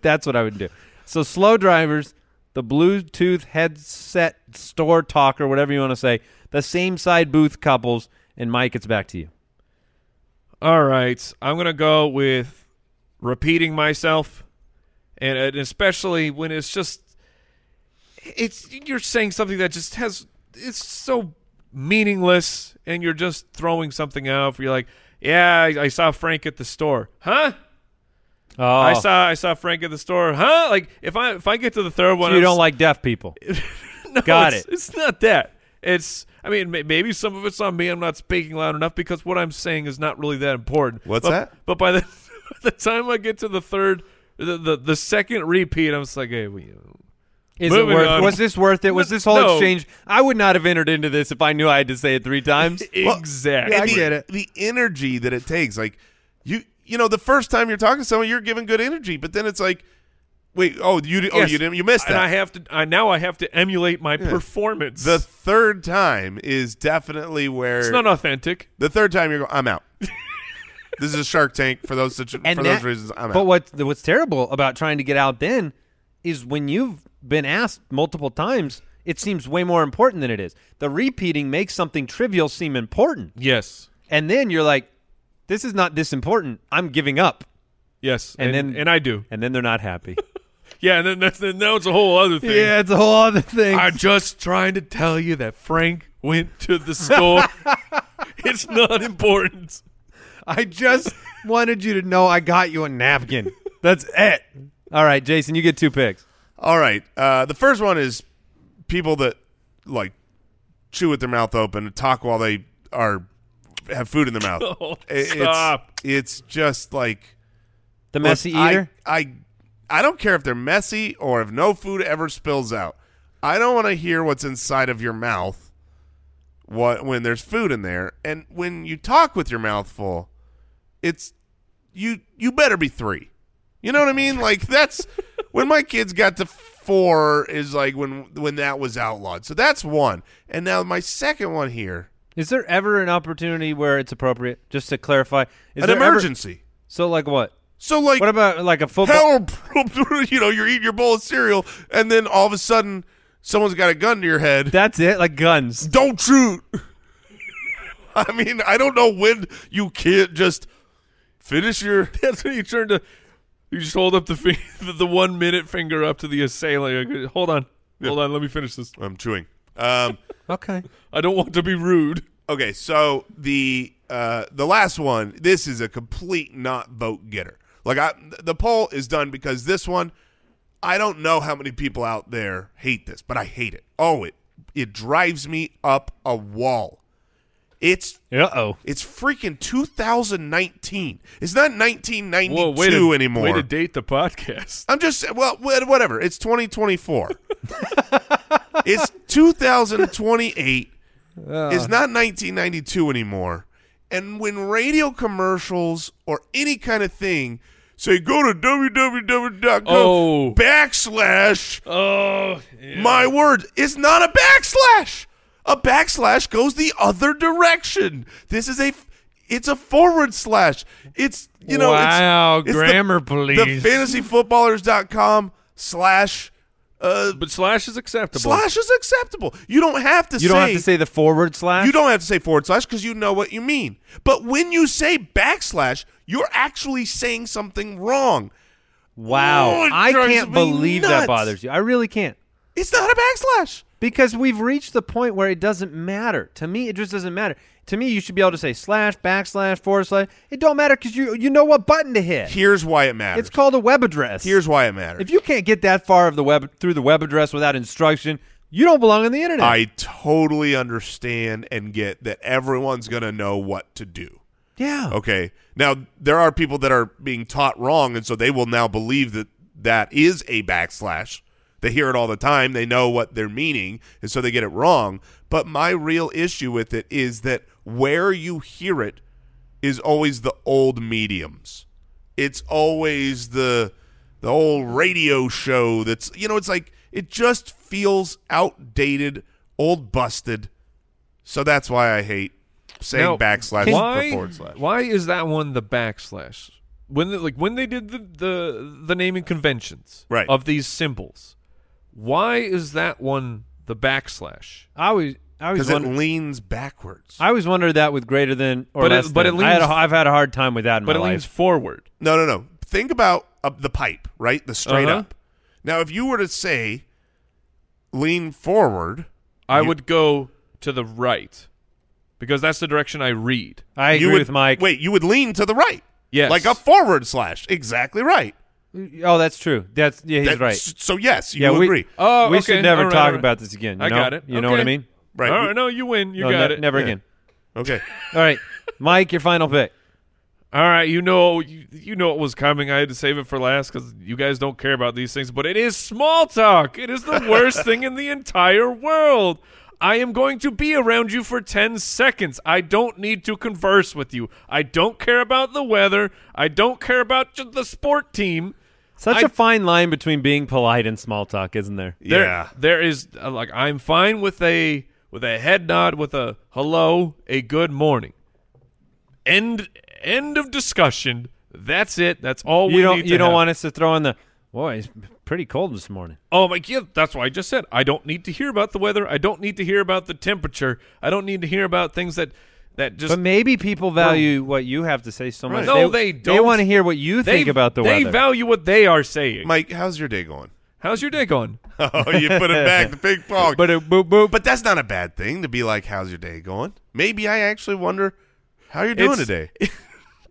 Speaker 3: that's what I would do. So slow drivers, the Bluetooth headset store talker, whatever you want to say, the same side booth couples, and Mike, it's back to you.
Speaker 5: All right, I'm gonna go with repeating myself, and, and especially when it's just it's you're saying something that just has it's so meaningless, and you're just throwing something out. You're like, yeah, I, I saw Frank at the store, huh?
Speaker 3: Oh,
Speaker 5: I saw I saw Frank at the store, huh? Like if I if I get to the third one,
Speaker 3: so you
Speaker 5: I'm
Speaker 3: don't
Speaker 5: s-
Speaker 3: like deaf
Speaker 5: [LAUGHS]
Speaker 3: people.
Speaker 5: no,
Speaker 3: Got
Speaker 5: it's-
Speaker 3: it.
Speaker 5: It's not that. It's I mean may- maybe some of it's on me. I'm not speaking loud enough because what I'm saying is not really that important.
Speaker 6: What's
Speaker 5: but,
Speaker 6: that?
Speaker 5: But by the [LAUGHS] the time I get to the third, the the, the second repeat, I'm just like, hey, we,
Speaker 3: Is
Speaker 5: Moving
Speaker 3: it worth?
Speaker 5: on.
Speaker 3: Was this worth it? Was
Speaker 5: No-
Speaker 3: this whole
Speaker 5: no.
Speaker 3: exchange? I would not have entered into this if I knew I had to say it three times.
Speaker 5: [LAUGHS] exactly.
Speaker 3: I
Speaker 6: the,
Speaker 3: get it.
Speaker 6: The energy that it takes, like you, you know, the first time you're talking to someone, you're giving good energy, but then it's like, wait, oh, you, di- oh,
Speaker 5: Yes.
Speaker 6: you didn't, you missed
Speaker 5: and
Speaker 6: that.
Speaker 5: I have to I, now. I have to emulate my performance.
Speaker 6: the third time is definitely where
Speaker 5: it's not authentic.
Speaker 6: the third time you're going,
Speaker 5: [LAUGHS]
Speaker 6: I'm out. this is a Shark Tank for those situ- for those
Speaker 3: that-
Speaker 6: reasons. I'm
Speaker 3: But
Speaker 6: out.
Speaker 3: what what's terrible about trying to get out then is when you've been asked multiple times, it seems way more important than it is. The repeating makes something trivial seem important,
Speaker 5: Yes.
Speaker 3: and then you're like, "This is not this important. I'm giving up."
Speaker 5: Yes,
Speaker 3: And
Speaker 5: and,
Speaker 3: then-
Speaker 5: then and I do.
Speaker 3: and then they're not
Speaker 6: [LAUGHS]
Speaker 3: happy.
Speaker 5: Yeah, and then [LAUGHS] that's then now it's a whole other thing.
Speaker 3: yeah, it's a whole other thing.
Speaker 5: I'm just trying to tell you that Frank went to the
Speaker 6: [LAUGHS]
Speaker 5: store. it's not [LAUGHS] important.
Speaker 3: I just wanted you to know I got you a napkin. That's it. All right, Jason, you get two picks.
Speaker 6: All right. Uh, the first one is people that like chew with their mouth open and talk while they are have food in
Speaker 5: [LAUGHS]
Speaker 6: their mouth.
Speaker 5: Oh,
Speaker 6: I- it's-
Speaker 5: stop.
Speaker 6: It's, just like
Speaker 3: The messy
Speaker 6: look, I-
Speaker 3: eater.
Speaker 6: I, I don't care if they're messy or if no food ever spills out. I don't want to hear what's inside of your mouth. What when there's food in there and when you talk with your mouth full, it's you you better be three. You know what I mean? Like that's [LAUGHS] when my kids got to four is like when when that was outlawed. So that's one. And now my second one here,
Speaker 3: Is there ever an opportunity where it's appropriate? Just to clarify, is
Speaker 6: an
Speaker 3: there ever-
Speaker 6: emergency.
Speaker 3: so, like what?
Speaker 6: so like
Speaker 3: What about like a football?
Speaker 6: help! [LAUGHS] you know, you're eating your bowl of cereal, and then all of a sudden, someone's got a gun to your head.
Speaker 3: That's it. Like guns.
Speaker 6: Don't shoot. [LAUGHS] I mean, I don't know when you can't just finish your. [LAUGHS]
Speaker 5: That's when you turn to. You just hold up the fi- [LAUGHS] the, the one minute finger up to the assailant. Like, Hold on, hold on. Let me finish this.
Speaker 6: I'm chewing. Um,
Speaker 3: Okay.
Speaker 5: I don't want to be rude.
Speaker 6: okay, so the uh, the last one. This is a complete not vote getter. Like I, the poll is done because this one. I don't know how many people out there hate this, but I hate it. Oh, it it drives me up a wall. It's
Speaker 3: Uh oh.
Speaker 6: It's freaking 2019. It's not 1992
Speaker 5: Whoa, way to,
Speaker 6: anymore.
Speaker 5: Way to date the
Speaker 6: [LAUGHS]
Speaker 5: podcast.
Speaker 6: I'm just well, wh- whatever.
Speaker 5: [LAUGHS]
Speaker 6: It's 2024. it's 2028.
Speaker 5: Uh.
Speaker 6: it's not 1992 anymore. And when radio commercials or any kind of thing say go to www.go
Speaker 5: Oh.
Speaker 6: backslash
Speaker 5: Oh,
Speaker 6: my word, it's not a backslash. A backslash goes the other direction. This is a, f- it's a forward slash. It's you know,
Speaker 5: Wow,
Speaker 6: it's, it's
Speaker 5: grammar
Speaker 6: the,
Speaker 5: police.
Speaker 6: The fantasyfootballers.com slash uh,
Speaker 5: but slash is acceptable.
Speaker 6: slash is acceptable. You don't have to.
Speaker 3: You
Speaker 6: say,
Speaker 3: don't have to say the forward slash.
Speaker 6: You don't have to say forward slash because you know what you mean. But when you say backslash, you're actually saying something wrong.
Speaker 3: Wow.
Speaker 6: Oh, it
Speaker 3: I
Speaker 6: drives
Speaker 3: can't
Speaker 6: me
Speaker 3: believe that
Speaker 6: nuts.
Speaker 3: bothers you. I really can't.
Speaker 6: It's not a backslash.
Speaker 3: Because we've reached the point where it doesn't matter. To me, it just doesn't matter. To me, you should be able to say slash, backslash, forward slash. It don't matter because you you know what button to hit.
Speaker 6: Here's why it matters.
Speaker 3: It's called a web address.
Speaker 6: Here's why it matters.
Speaker 3: if you can't get that far of the web through the web address without instruction, you don't belong on the internet.
Speaker 6: I totally understand and get that everyone's going to know what to do.
Speaker 3: yeah.
Speaker 6: Okay. Now, there are people that are being taught wrong, and so they will now believe that that is a backslash. They hear it all the time. They know what they're meaning, and so they get it wrong. But my real issue with it is that where you hear it is always the old mediums. It's always the the old radio show that's you know, it's like it just feels outdated, old busted. So that's why I hate saying
Speaker 5: Now,
Speaker 6: backslash
Speaker 5: why,
Speaker 6: for forward slash.
Speaker 5: Why is that one the backslash? When the, like when they did the the, the naming conventions
Speaker 6: Right.
Speaker 5: of these symbols, why is that one the backslash?
Speaker 3: I always I always
Speaker 6: Because it
Speaker 3: wonder,
Speaker 6: leans backwards.
Speaker 3: I always wondered that with greater than or
Speaker 5: But it-
Speaker 3: less
Speaker 5: but
Speaker 3: than.
Speaker 5: it
Speaker 3: I had a,
Speaker 5: leans-
Speaker 3: I've had a hard time with that in
Speaker 5: But
Speaker 3: my
Speaker 5: it
Speaker 3: life.
Speaker 5: leans forward.
Speaker 6: No, no, no. Think about uh, the pipe, right? The straight
Speaker 5: Uh-huh.
Speaker 6: up. Now, if you were to say lean forward,
Speaker 5: I would go to the right because that's the direction I read.
Speaker 3: I agree
Speaker 6: you would
Speaker 3: with Mike.
Speaker 6: Wait, you would lean to the right.
Speaker 5: Yes.
Speaker 6: Like a forward slash. Exactly right.
Speaker 3: Oh, that's true. That's yeah, he's
Speaker 6: That-
Speaker 3: right.
Speaker 6: s- So yes, you
Speaker 3: yeah, we
Speaker 6: agree.
Speaker 5: Oh,
Speaker 3: we
Speaker 5: okay.
Speaker 3: should never
Speaker 5: All right, all
Speaker 3: talk
Speaker 5: right.
Speaker 3: about this again. You
Speaker 5: I
Speaker 3: know?
Speaker 5: got it.
Speaker 3: You know what I
Speaker 5: Okay.
Speaker 3: mean?
Speaker 6: right.
Speaker 5: All
Speaker 6: we-
Speaker 5: right, no, you win. You
Speaker 3: No,
Speaker 5: got
Speaker 3: ne-
Speaker 5: it.
Speaker 3: Never
Speaker 5: Yeah.
Speaker 3: again.
Speaker 6: Okay.
Speaker 3: All right, Mike, your final pick.
Speaker 5: All right, you know, you, you know it was coming. I had to save it for last because you guys don't care about these things. But it is small talk. It is the worst thing in the entire world. I am going to be around you for ten seconds. I don't need to converse with you. I don't care about the weather. I don't care about j- the sport team.
Speaker 3: Such
Speaker 5: I-
Speaker 3: a fine line between being polite and small talk, isn't there?
Speaker 5: There,
Speaker 6: yeah.
Speaker 5: there is uh, like I'm fine with a with a head nod, with a hello, a good morning. End end of discussion. That's it. That's all
Speaker 3: You
Speaker 5: we
Speaker 3: don't.
Speaker 5: need.
Speaker 3: You
Speaker 5: to
Speaker 3: don't
Speaker 5: have.
Speaker 3: want us to throw in the. Boy, it's pretty cold this morning.
Speaker 5: Oh my yeah, that's why I just said I don't need to hear about the weather. I don't need to hear about the temperature. I don't need to hear about things that that just
Speaker 3: But maybe people value what you have to say so much.
Speaker 6: Right.
Speaker 5: No,
Speaker 3: They
Speaker 5: they don't.
Speaker 3: want to hear what you
Speaker 5: they
Speaker 3: think about the
Speaker 5: they
Speaker 3: weather.
Speaker 5: value what they are saying.
Speaker 6: Mike, how's your day going? [LAUGHS]
Speaker 5: How's your day going?
Speaker 6: Oh, you put it back, the ping pong.
Speaker 3: [LAUGHS] but
Speaker 5: uh,
Speaker 3: it, boop boop.
Speaker 6: But that's not a bad thing to be like, "How's your day going?" Maybe I actually wonder how you're doing
Speaker 5: It's-
Speaker 6: today.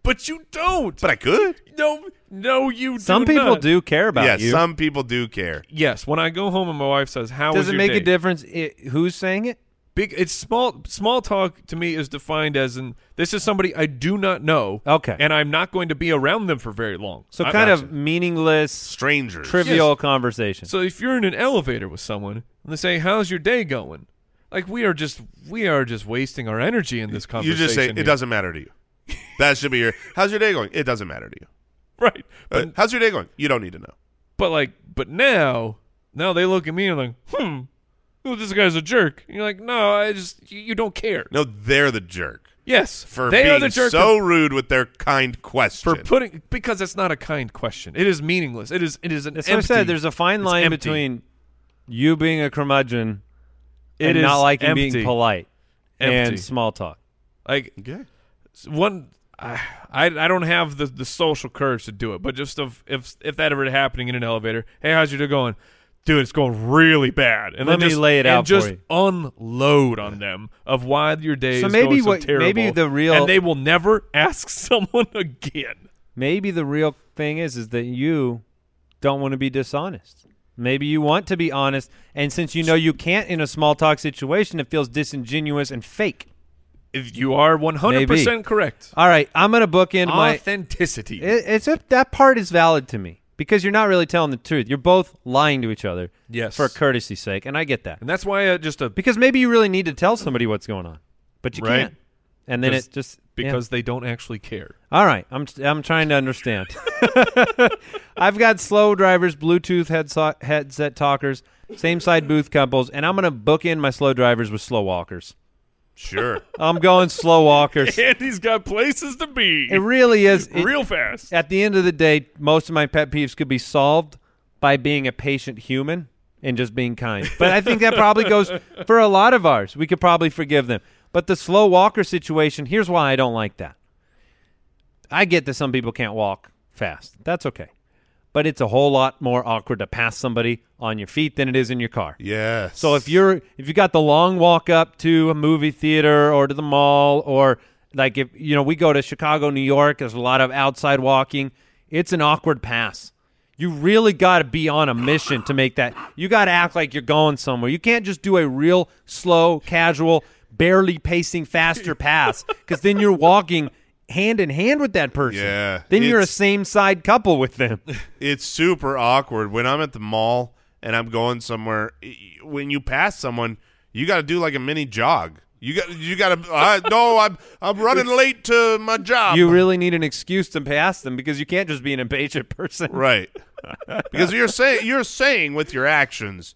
Speaker 5: But you don't.
Speaker 6: But I could.
Speaker 5: no, no, you.
Speaker 3: Some
Speaker 5: do
Speaker 3: people
Speaker 5: not.
Speaker 3: do care about
Speaker 6: yeah,
Speaker 3: you.
Speaker 6: some people do care.
Speaker 5: Yes, when I go home and my wife says, "How was
Speaker 3: Does it
Speaker 5: your
Speaker 3: make
Speaker 5: day?
Speaker 3: a difference i who's saying it?
Speaker 5: Big. It's small. Small talk to me is defined as in this is somebody I do not know.
Speaker 3: Okay.
Speaker 5: and I'm not going to be around them for very long.
Speaker 3: So
Speaker 5: I-
Speaker 3: kind of meaningless,
Speaker 6: Strangers.
Speaker 3: trivial conversation.
Speaker 5: So if you're in an elevator with someone and they say, "How's your day going?" Like we are just we are just wasting our energy in this
Speaker 6: you
Speaker 5: conversation.
Speaker 6: just say
Speaker 5: here."
Speaker 6: it doesn't matter to you. That should be your. How's your day going? It doesn't matter to you.
Speaker 5: right.
Speaker 6: Uh,
Speaker 5: But,
Speaker 6: how's your day going? You don't need to know.
Speaker 5: but like but now now they look at me and like, "Hmm, well, this guy's a jerk." And you're like, "No, I just you, you don't care."
Speaker 6: No, they're the jerk
Speaker 5: Yes,
Speaker 6: for
Speaker 5: they
Speaker 6: being
Speaker 5: are the jerk
Speaker 6: so rude with their kind question.
Speaker 5: for putting because it's not a kind question. It is meaningless. It is it is an
Speaker 3: That's
Speaker 5: empty.
Speaker 3: what I said. There's a fine
Speaker 5: it's
Speaker 3: line
Speaker 5: empty.
Speaker 3: between you being a curmudgeon
Speaker 5: It
Speaker 3: and
Speaker 5: is
Speaker 3: not liking
Speaker 5: empty.
Speaker 3: being polite
Speaker 5: Empty.
Speaker 3: and small talk.
Speaker 5: like
Speaker 6: Okay.
Speaker 5: s- one. I, I I don't have the, the social courage to do it, but just of if if that ever happening in an elevator, hey, how's your day going? Dude, it's going really bad. And
Speaker 3: Let
Speaker 5: then
Speaker 3: me
Speaker 5: just,
Speaker 3: lay it
Speaker 5: and
Speaker 3: out for
Speaker 5: just
Speaker 3: you.
Speaker 5: unload on them of why your day
Speaker 3: So
Speaker 5: is
Speaker 3: maybe
Speaker 5: going so
Speaker 3: what-
Speaker 5: terrible.
Speaker 3: maybe the real-
Speaker 5: and they will never [LAUGHS] ask someone again.
Speaker 3: Maybe the real thing is is that you don't want to be dishonest. Maybe you want to be honest, and since you know you can't in a small talk situation, it feels disingenuous and fake.
Speaker 5: If you are one hundred
Speaker 3: Maybe.
Speaker 5: percent correct,
Speaker 3: All right, I'm gonna book in my.
Speaker 5: authenticity.
Speaker 3: It, it's a, that part is valid to me because you're not really telling the truth. You're both lying to each other.
Speaker 5: Yes.
Speaker 3: For courtesy's sake, and I get that
Speaker 5: and that's why uh, just a
Speaker 3: because maybe you really need to tell somebody what's going on, but you
Speaker 5: Right.
Speaker 3: can't. And then
Speaker 5: Because-
Speaker 3: it just yeah.
Speaker 5: because they don't actually [LAUGHS] care.
Speaker 3: All right, I'm I'm trying to understand. [LAUGHS] I've got slow drivers, Bluetooth headset headset talkers, same side booth couples, and I'm gonna book in my slow drivers with slow walkers.
Speaker 6: [LAUGHS] Sure.
Speaker 3: I'm going slow
Speaker 5: [LAUGHS]
Speaker 3: walkers.
Speaker 5: And he's got places to be.
Speaker 3: It really is. it-
Speaker 5: real fast.
Speaker 3: at the end of the day, most of my pet peeves could be solved by being a patient human and just being kind. But I think that probably goes for a lot of ours. We could probably forgive them. But the slow walker situation, here's why I don't like that. I get that some people can't walk fast. That's okay. But it's a whole lot more awkward to pass somebody on your feet than it is in your car.
Speaker 6: yes.
Speaker 3: So if you're if you got the long walk up to a movie theater or to the mall or like if you know we go to Chicago, New York, there's a lot of outside walking. It's an awkward pass. You really got to be on a mission to make that. You got to act like you're going somewhere. You can't just do a real slow, casual, barely pacing faster pass cuz then you're walking hand in hand with that person.
Speaker 6: Yeah,
Speaker 3: Then you're a
Speaker 6: it's-
Speaker 3: same side couple with
Speaker 6: [LAUGHS]
Speaker 3: them.
Speaker 6: it's super awkward when I'm at the mall and I'm going somewhere. y- y- When you pass someone, you got to do like a mini jog. You got you got to. I no, I'm I'm running late to my job.
Speaker 3: you really need an excuse to pass them because you can't just be an impatient person.
Speaker 6: right? [LAUGHS] Because you're saying you're saying with your actions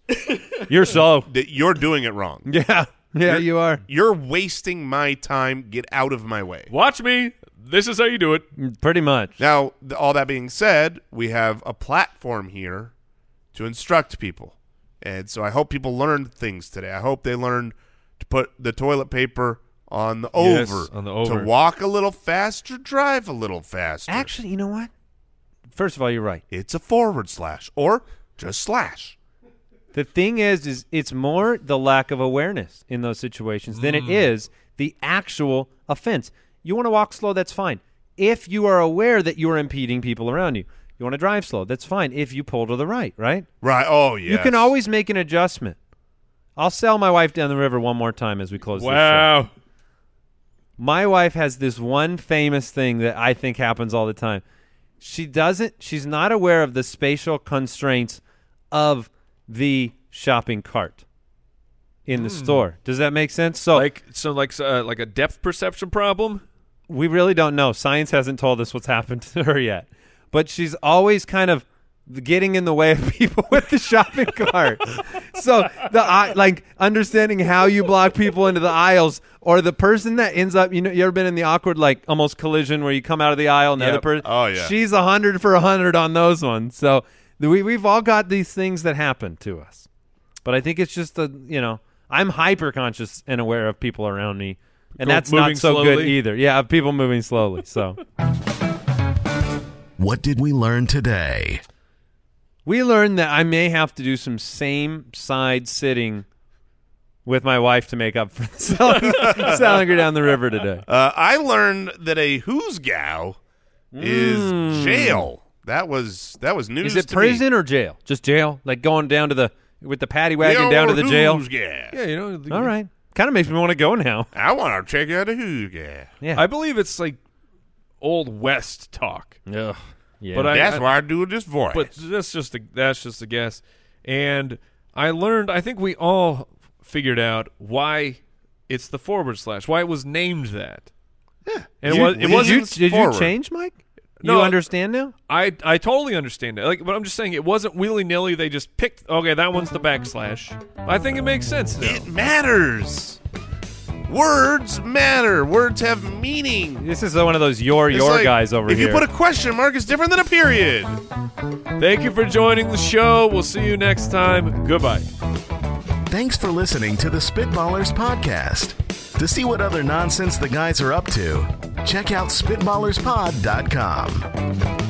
Speaker 3: You're slow.
Speaker 6: that you're doing it wrong.
Speaker 3: [LAUGHS] Yeah. Yeah, you are.
Speaker 6: You're wasting my time. Get out of my way.
Speaker 5: Watch me. This is how you do it.
Speaker 3: Pretty much.
Speaker 6: Now, th- all that being said, we have a platform here to instruct people. And so I hope people learned things today. I hope they learned to put the toilet paper on the
Speaker 5: Yes,
Speaker 6: over,
Speaker 5: on the over.
Speaker 6: to walk a little faster, drive a little faster.
Speaker 3: Actually, you know what? First of all, you're right.
Speaker 6: it's a forward slash or just slash.
Speaker 3: The thing is is it's more the lack of awareness in those situations than it is the actual offense. You want to walk slow, that's fine. If you are aware that you are impeding people around you. You want to drive slow, that's fine. If you pull to the right, right?
Speaker 6: Right. Oh yeah.
Speaker 3: You can always make an adjustment. I'll sell my wife down the river one more time as we close this show.
Speaker 5: Wow.
Speaker 3: my wife has this one famous thing that I think happens all the time. She doesn't she's not aware of the spatial constraints of the shopping cart in the store. Does that make sense? So
Speaker 5: Like so, like uh, like a depth perception problem.
Speaker 3: we really don't know. Science hasn't told us what's happened to her yet. But she's always kind of getting in the way of [LAUGHS] people with the shopping cart. So the I- like understanding how you block people into the aisles or the person that ends up you know you ever been in the awkward like almost collision where you come out of the aisle and the other
Speaker 5: Yep.
Speaker 3: person
Speaker 6: Oh, yeah.
Speaker 3: she's a hundred for a hundred on those ones. So the- we we've all got these things that happen to us. But I think it's just the you know I'm hyper conscious and aware of people around me and
Speaker 5: Go-
Speaker 3: that's not
Speaker 5: moving
Speaker 3: so good
Speaker 5: slowly.
Speaker 3: either. Yeah, of people moving slowly.
Speaker 5: [LAUGHS]
Speaker 3: So
Speaker 4: What did we learn today?
Speaker 3: we learned that I may have to do some same side sitting with my wife to make up for the
Speaker 5: [LAUGHS]
Speaker 3: Salinger, Salinger down the river today.
Speaker 6: Uh, I learned that a who's gal is jail. That was that was news.
Speaker 3: Hmm. Is it
Speaker 6: to
Speaker 3: prison or jail? Just jail, like going down to the with the paddy
Speaker 6: Me.
Speaker 3: wagon down to the
Speaker 6: Yo,
Speaker 3: jail.
Speaker 6: who's gal?
Speaker 5: Yeah, you know. the-
Speaker 3: All right, kind of makes me want to go now.
Speaker 6: I want to check out a who's gal.
Speaker 3: Yeah,
Speaker 5: I believe it's like old west talk.
Speaker 3: Ugh. yeah.
Speaker 5: But I-
Speaker 6: That's why I do this voice.
Speaker 5: but that's just a, that's just a guess. And I learned. I think we all figured out why it's the forward slash. Why it was named that. Yeah, and it,
Speaker 6: You-
Speaker 5: was, it
Speaker 6: you-
Speaker 5: wasn't.
Speaker 3: did, you, did you
Speaker 6: forward.
Speaker 3: change, Mike?
Speaker 5: No,
Speaker 3: you
Speaker 5: I-
Speaker 3: understand now?
Speaker 5: I I totally understand that. Like, but I'm just saying it wasn't willy nilly. They just picked. Okay, that one's the backslash. I think it makes sense now.
Speaker 6: it matters. Words matter. Words have meaning.
Speaker 3: This is one of those your
Speaker 6: It's
Speaker 3: your
Speaker 6: like,
Speaker 3: guys over
Speaker 6: if
Speaker 3: here.
Speaker 6: you put a question mark, it's different than a period.
Speaker 5: Thank you for joining the show. We'll see you next time. Goodbye.
Speaker 4: Thanks for listening to the Spitballers Podcast. To see what other nonsense the guys are up to, check out SpitballersPod.com.